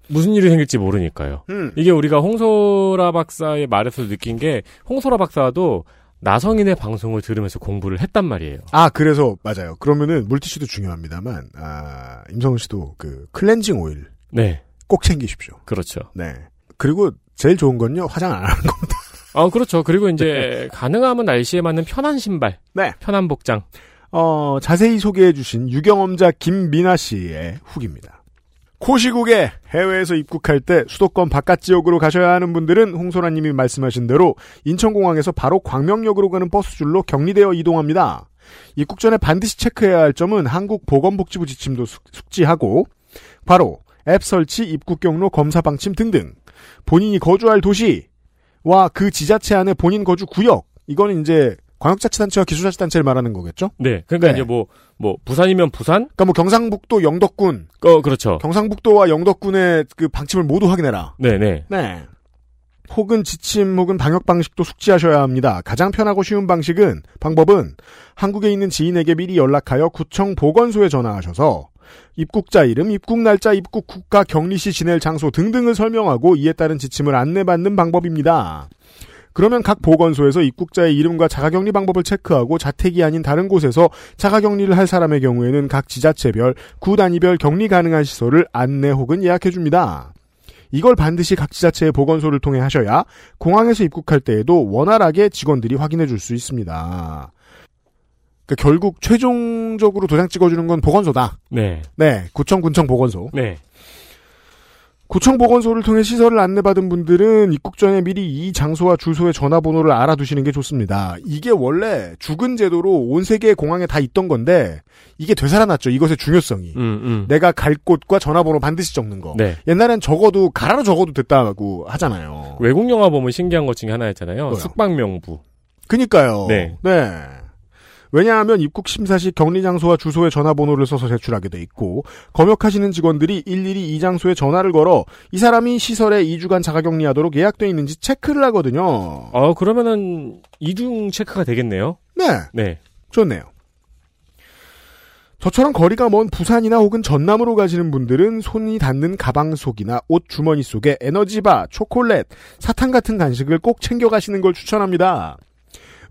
Speaker 3: 무슨 일이 생길지 모르니까요.
Speaker 7: 음.
Speaker 3: 이게 우리가 홍소라 박사의 말에서 느낀 게 홍소라 박사도 나성인의 방송을 들으면서 공부를 했단 말이에요.
Speaker 7: 아, 그래서, 맞아요. 그러면은, 물티슈도 중요합니다만, 아, 임성훈 씨도 그, 클렌징 오일.
Speaker 3: 네.
Speaker 7: 꼭 챙기십시오.
Speaker 3: 그렇죠.
Speaker 7: 네. 그리고, 제일 좋은 건요, 화장 안 하는 겁니다.
Speaker 3: 아, 그렇죠. 그리고 이제 가능하면 날씨에 맞는 편한 신발.
Speaker 7: 네.
Speaker 3: 편한 복장.
Speaker 7: 어, 자세히 소개해주신 유경험자 김미나 씨의 후기입니다. 코시국에 해외에서 입국할 때 수도권 바깥 지역으로 가셔야 하는 분들은 홍소라님이 말씀하신 대로 인천공항에서 바로 광명역으로 가는 버스줄로 격리되어 이동합니다. 입국 전에 반드시 체크해야 할 점은 한국 보건복지부 지침도 숙- 숙지하고 바로 앱 설치, 입국 경로, 검사 방침 등등 본인이 거주할 도시와 그 지자체 안에 본인 거주 구역 이거는 이제 광역자치단체와 기술자치단체를 말하는 거겠죠?
Speaker 3: 네. 그러니까
Speaker 7: 네.
Speaker 3: 이제 뭐, 뭐, 부산이면 부산?
Speaker 7: 그러니까 뭐 경상북도 영덕군,
Speaker 3: 어, 그렇죠.
Speaker 7: 경상북도와 영덕군의 그 방침을 모두 확인해라.
Speaker 3: 네네.
Speaker 7: 네. 혹은 지침 혹은 방역 방식도 숙지하셔야 합니다. 가장 편하고 쉬운 방식은 방법은 한국에 있는 지인에게 미리 연락하여 구청 보건소에 전화하셔서 입국자 이름, 입국 날짜, 입국 국가 격리 시 지낼 장소 등등을 설명하고 이에 따른 지침을 안내받는 방법입니다. 그러면 각 보건소에서 입국자의 이름과 자가격리 방법을 체크하고 자택이 아닌 다른 곳에서 자가격리를 할 사람의 경우에는 각 지자체별, 구 단위별 격리 가능한 시설을 안내 혹은 예약해 줍니다. 이걸 반드시 각 지자체의 보건소를 통해 하셔야 공항에서 입국할 때에도 원활하게 직원들이 확인해 줄 수 있습니다. 그러니까 결국 최종적으로 도장 찍어주는 건 보건소다.
Speaker 3: 네.
Speaker 7: 네, 구청 군청 보건소.
Speaker 3: 네.
Speaker 7: 구청 보건소를 통해 시설을 안내받은 분들은 입국 전에 미리 이 장소와 주소의 전화번호를 알아두시는 게 좋습니다. 이게 원래 죽은 제도로 온 세계 공항에 다 있던 건데 이게 되살아났죠. 이것의 중요성이.
Speaker 3: 음,
Speaker 7: 내가 갈 곳과 전화번호 반드시 적는 거.
Speaker 3: 음. 네.
Speaker 7: 옛날엔 적어도 가라로 적어도 됐다고 하잖아요.
Speaker 3: 외국 영화 보면 신기한 것 중에 하나였잖아요.
Speaker 7: 뭐요?
Speaker 3: 숙박명부.
Speaker 7: 그니까요.
Speaker 3: 네.
Speaker 7: 왜냐하면 입국 심사 시 격리 장소와 주소의 전화번호를 써서 제출하게 돼 있고 검역하시는 직원들이 일일이 이 장소에 전화를 걸어 이 사람이 시설에 2주간 자가격리하도록 예약돼 있는지 체크를 하거든요.
Speaker 3: 어, 그러면은 이중 체크가 되겠네요.
Speaker 7: 네,
Speaker 3: 네.
Speaker 7: 좋네요. 저처럼 거리가 먼 부산이나 혹은 전남으로 가시는 분들은 손이 닿는 가방 속이나 옷 주머니 속에 에너지바, 초콜릿, 사탕 같은 간식을 꼭 챙겨 가시는 걸 추천합니다.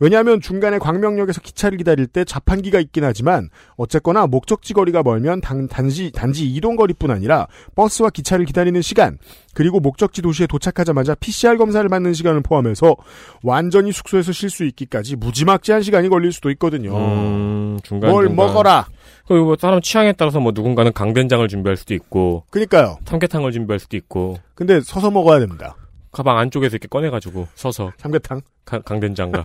Speaker 7: 왜냐하면 중간에 광명역에서 기차를 기다릴 때 자판기가 있긴 하지만 어쨌거나 목적지 거리가 멀면 단, 단지 단지 이동 거리뿐 아니라 버스와 기차를 기다리는 시간 그리고 목적지 도시에 도착하자마자 PCR 검사를 받는 시간을 포함해서 완전히 숙소에서 쉴 수 있기까지 무지막지한 시간이 걸릴 수도 있거든요.
Speaker 3: 음, 중간
Speaker 7: 어. 뭘 먹어라.
Speaker 3: 그리고 뭐 사람 취향에 따라서 뭐 누군가는 강된장을 준비할 수도 있고.
Speaker 7: 그니까요.
Speaker 3: 삼계탕을 준비할 수도 있고.
Speaker 7: 근데 서서 먹어야 됩니다.
Speaker 3: 가방 안쪽에서 이렇게 꺼내가지고 서서.
Speaker 7: 삼계탕?
Speaker 3: 강된장과.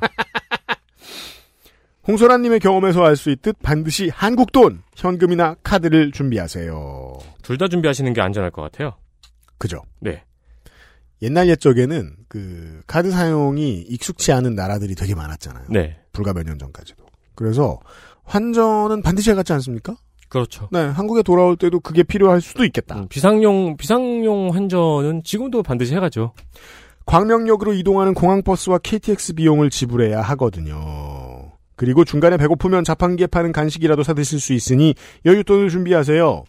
Speaker 7: 홍소라님의 경험에서 알 수 있듯 반드시 한국 돈, 현금이나 카드를 준비하세요.
Speaker 3: 둘 다 준비하시는 게 안전할 것 같아요.
Speaker 7: 그죠?
Speaker 3: 네.
Speaker 7: 옛날 옛적에는 그 카드 사용이 익숙치 않은 나라들이 되게 많았잖아요.
Speaker 3: 네.
Speaker 7: 불과 몇 년 전까지도. 그래서 환전은 반드시 해갔지 않습니까?
Speaker 3: 그렇죠. 음,
Speaker 7: 네, 한국에 돌아올 때도 그게 필요할 수도 있겠다.
Speaker 3: 비상용 비상용 환전은 지금도 반드시 해가죠.
Speaker 7: 광명역으로 이동하는 공항버스와 KTX 비용을 지불해야 하거든요. 그리고 중간에 배고프면 자판기에 파는 간식이라도 사 드실 수 있으니 여윳돈을 준비하세요.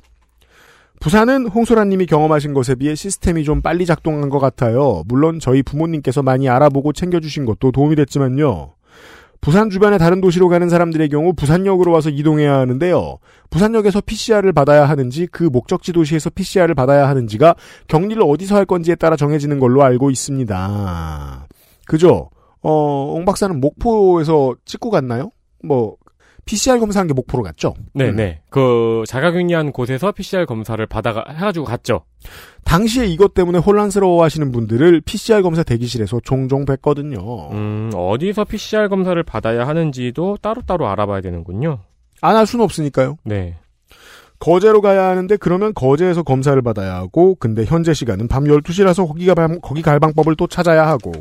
Speaker 7: 부산은 홍소라님이 경험하신 것에 비해 시스템이 좀 빨리 작동한 것 같아요. 물론 저희 부모님께서 많이 알아보고 챙겨주신 것도 도움이 됐지만요. 부산 주변의 다른 도시로 가는 사람들의 경우 부산역으로 와서 이동해야 하는데요. 부산역에서 PCR을 받아야 하는지 그 목적지 도시에서 PCR을 받아야 하는지가 격리를 어디서 할 건지에 따라 정해지는 걸로 알고 있습니다. 그죠? 어, 옹 박사는 목포에서 찍고 갔나요? 뭐 PCR 검사한 게 목포로 갔죠?
Speaker 3: 네, 네. 그 자가격리한 곳에서 PCR 검사를 받아가 해가지고 갔죠.
Speaker 7: 당시에 이것 때문에 혼란스러워하시는 분들을 PCR 검사 대기실에서 종종 뵀거든요.
Speaker 3: 음, 어디서 PCR 검사를 받아야 하는지도 따로따로 알아봐야 되는군요.
Speaker 7: 안 할 수는 없으니까요.
Speaker 3: 네.
Speaker 7: 거제로 가야 하는데 그러면 거제에서 검사를 받아야 하고 근데 현재 시간은 밤 12시라서 거기가 방- 거기 갈 방법을 또 찾아야 하고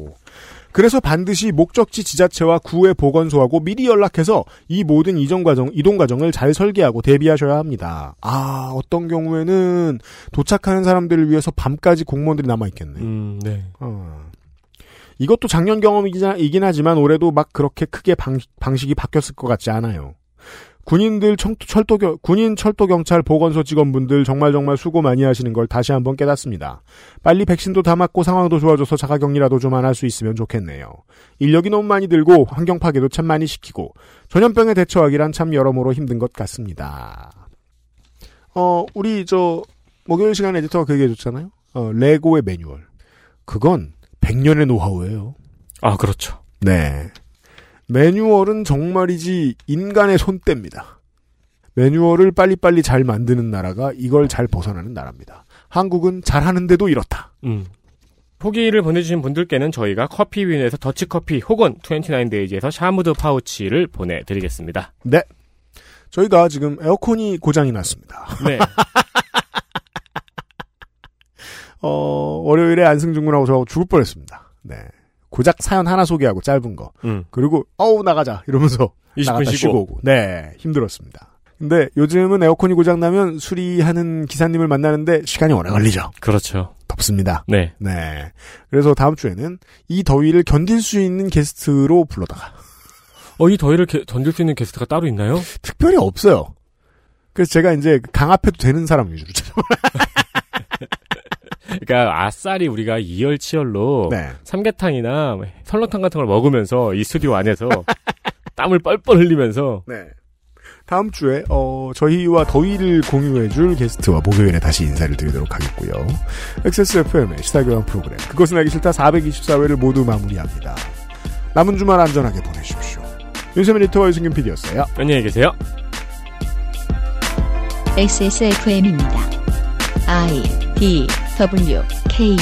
Speaker 7: 그래서 반드시 목적지 지자체와 구의 보건소하고 미리 연락해서 이 모든 이전 과정 이동 과정을 잘 설계하고 대비하셔야 합니다. 아, 어떤 경우에는 도착하는 사람들을 위해서 밤까지 공무원들이 남아 있겠네.
Speaker 3: 음, 네.
Speaker 7: 어. 이것도 작년 경험이긴 하지만 올해도 막 그렇게 크게 방, 방식이 바뀌었을 것 같지 않아요. 군인들 청, 철도 겨- 군인 철도 경찰 보건소 직원분들 정말 정말 수고 많이 하시는 걸 다시 한번 깨닫습니다. 빨리 백신도 다 맞고 상황도 좋아져서 자가격리라도 좀 안 할 수 있으면 좋겠네요. 인력이 너무 많이 들고 환경 파괴도 참 많이 시키고 전염병에 대처하기란 참 여러모로 힘든 것 같습니다. 어 우리 저 목요일 시간에 에디터가 그 얘기해줬잖아요. 어, 레고의 매뉴얼. 그건 100년의 노하우예요.
Speaker 3: 아, 그렇죠.
Speaker 7: 네. 매뉴얼은 정말이지 인간의 손때입니다. 매뉴얼을 빨리빨리 잘 만드는 나라가 이걸 잘 벗어나는 나라입니다. 한국은 잘하는데도 이렇다.
Speaker 3: 음. 후기를 보내주신 분들께는 저희가 커피윈에서 더치커피 혹은 29데이즈에서 샤무드 파우치를 보내드리겠습니다.
Speaker 7: 네. 저희가 지금 에어컨이 고장이 났습니다.
Speaker 3: 네.
Speaker 7: 어, 월요일에 안승준 군하고 저하고 죽을 뻔했습니다. 네. 고작 사연 하나 소개하고 짧은 거.
Speaker 3: 음.
Speaker 7: 그리고 어우 나가자 이러면서
Speaker 3: 20분
Speaker 7: 나갔다
Speaker 3: 쉬고.
Speaker 7: 쉬고 오고. 네. 힘들었습니다. 근데 요즘은 에어컨이 고장 나면 수리하는 기사님을 만나는데 시간이 오래 걸리죠.
Speaker 3: 그렇죠.
Speaker 7: 덥습니다.
Speaker 3: 네.
Speaker 7: 네. 그래서 다음 주에는 이 더위를 견딜 수 있는 게스트로 불러다가
Speaker 3: 어, 이 더위를 게- 던질 수 있는 게스트가 따로 있나요?
Speaker 7: 특별히 없어요. 그래서 제가 이제 강압해도 되는 사람 위주로 찾아.
Speaker 3: 그러니까 아싸리 우리가 이열치열로
Speaker 7: 네.
Speaker 3: 삼계탕이나 뭐 설렁탕 같은 걸 먹으면서 이 스튜디오 안에서 땀을 뻘뻘 흘리면서
Speaker 7: 네. 다음 주에 어, 저희와 더위를 공유해줄 게스트와 목요일에 다시 인사를 드리도록 하겠고요. XSFM의 시사교양 프로그램 그것은 알기 싫다 424회를 모두 마무리합니다. 남은 주말 안전하게 보내십시오. 윤세민 리터와 유승균 PD였어요.
Speaker 3: 안녕히 계세요.
Speaker 1: XSFM입니다. I D W K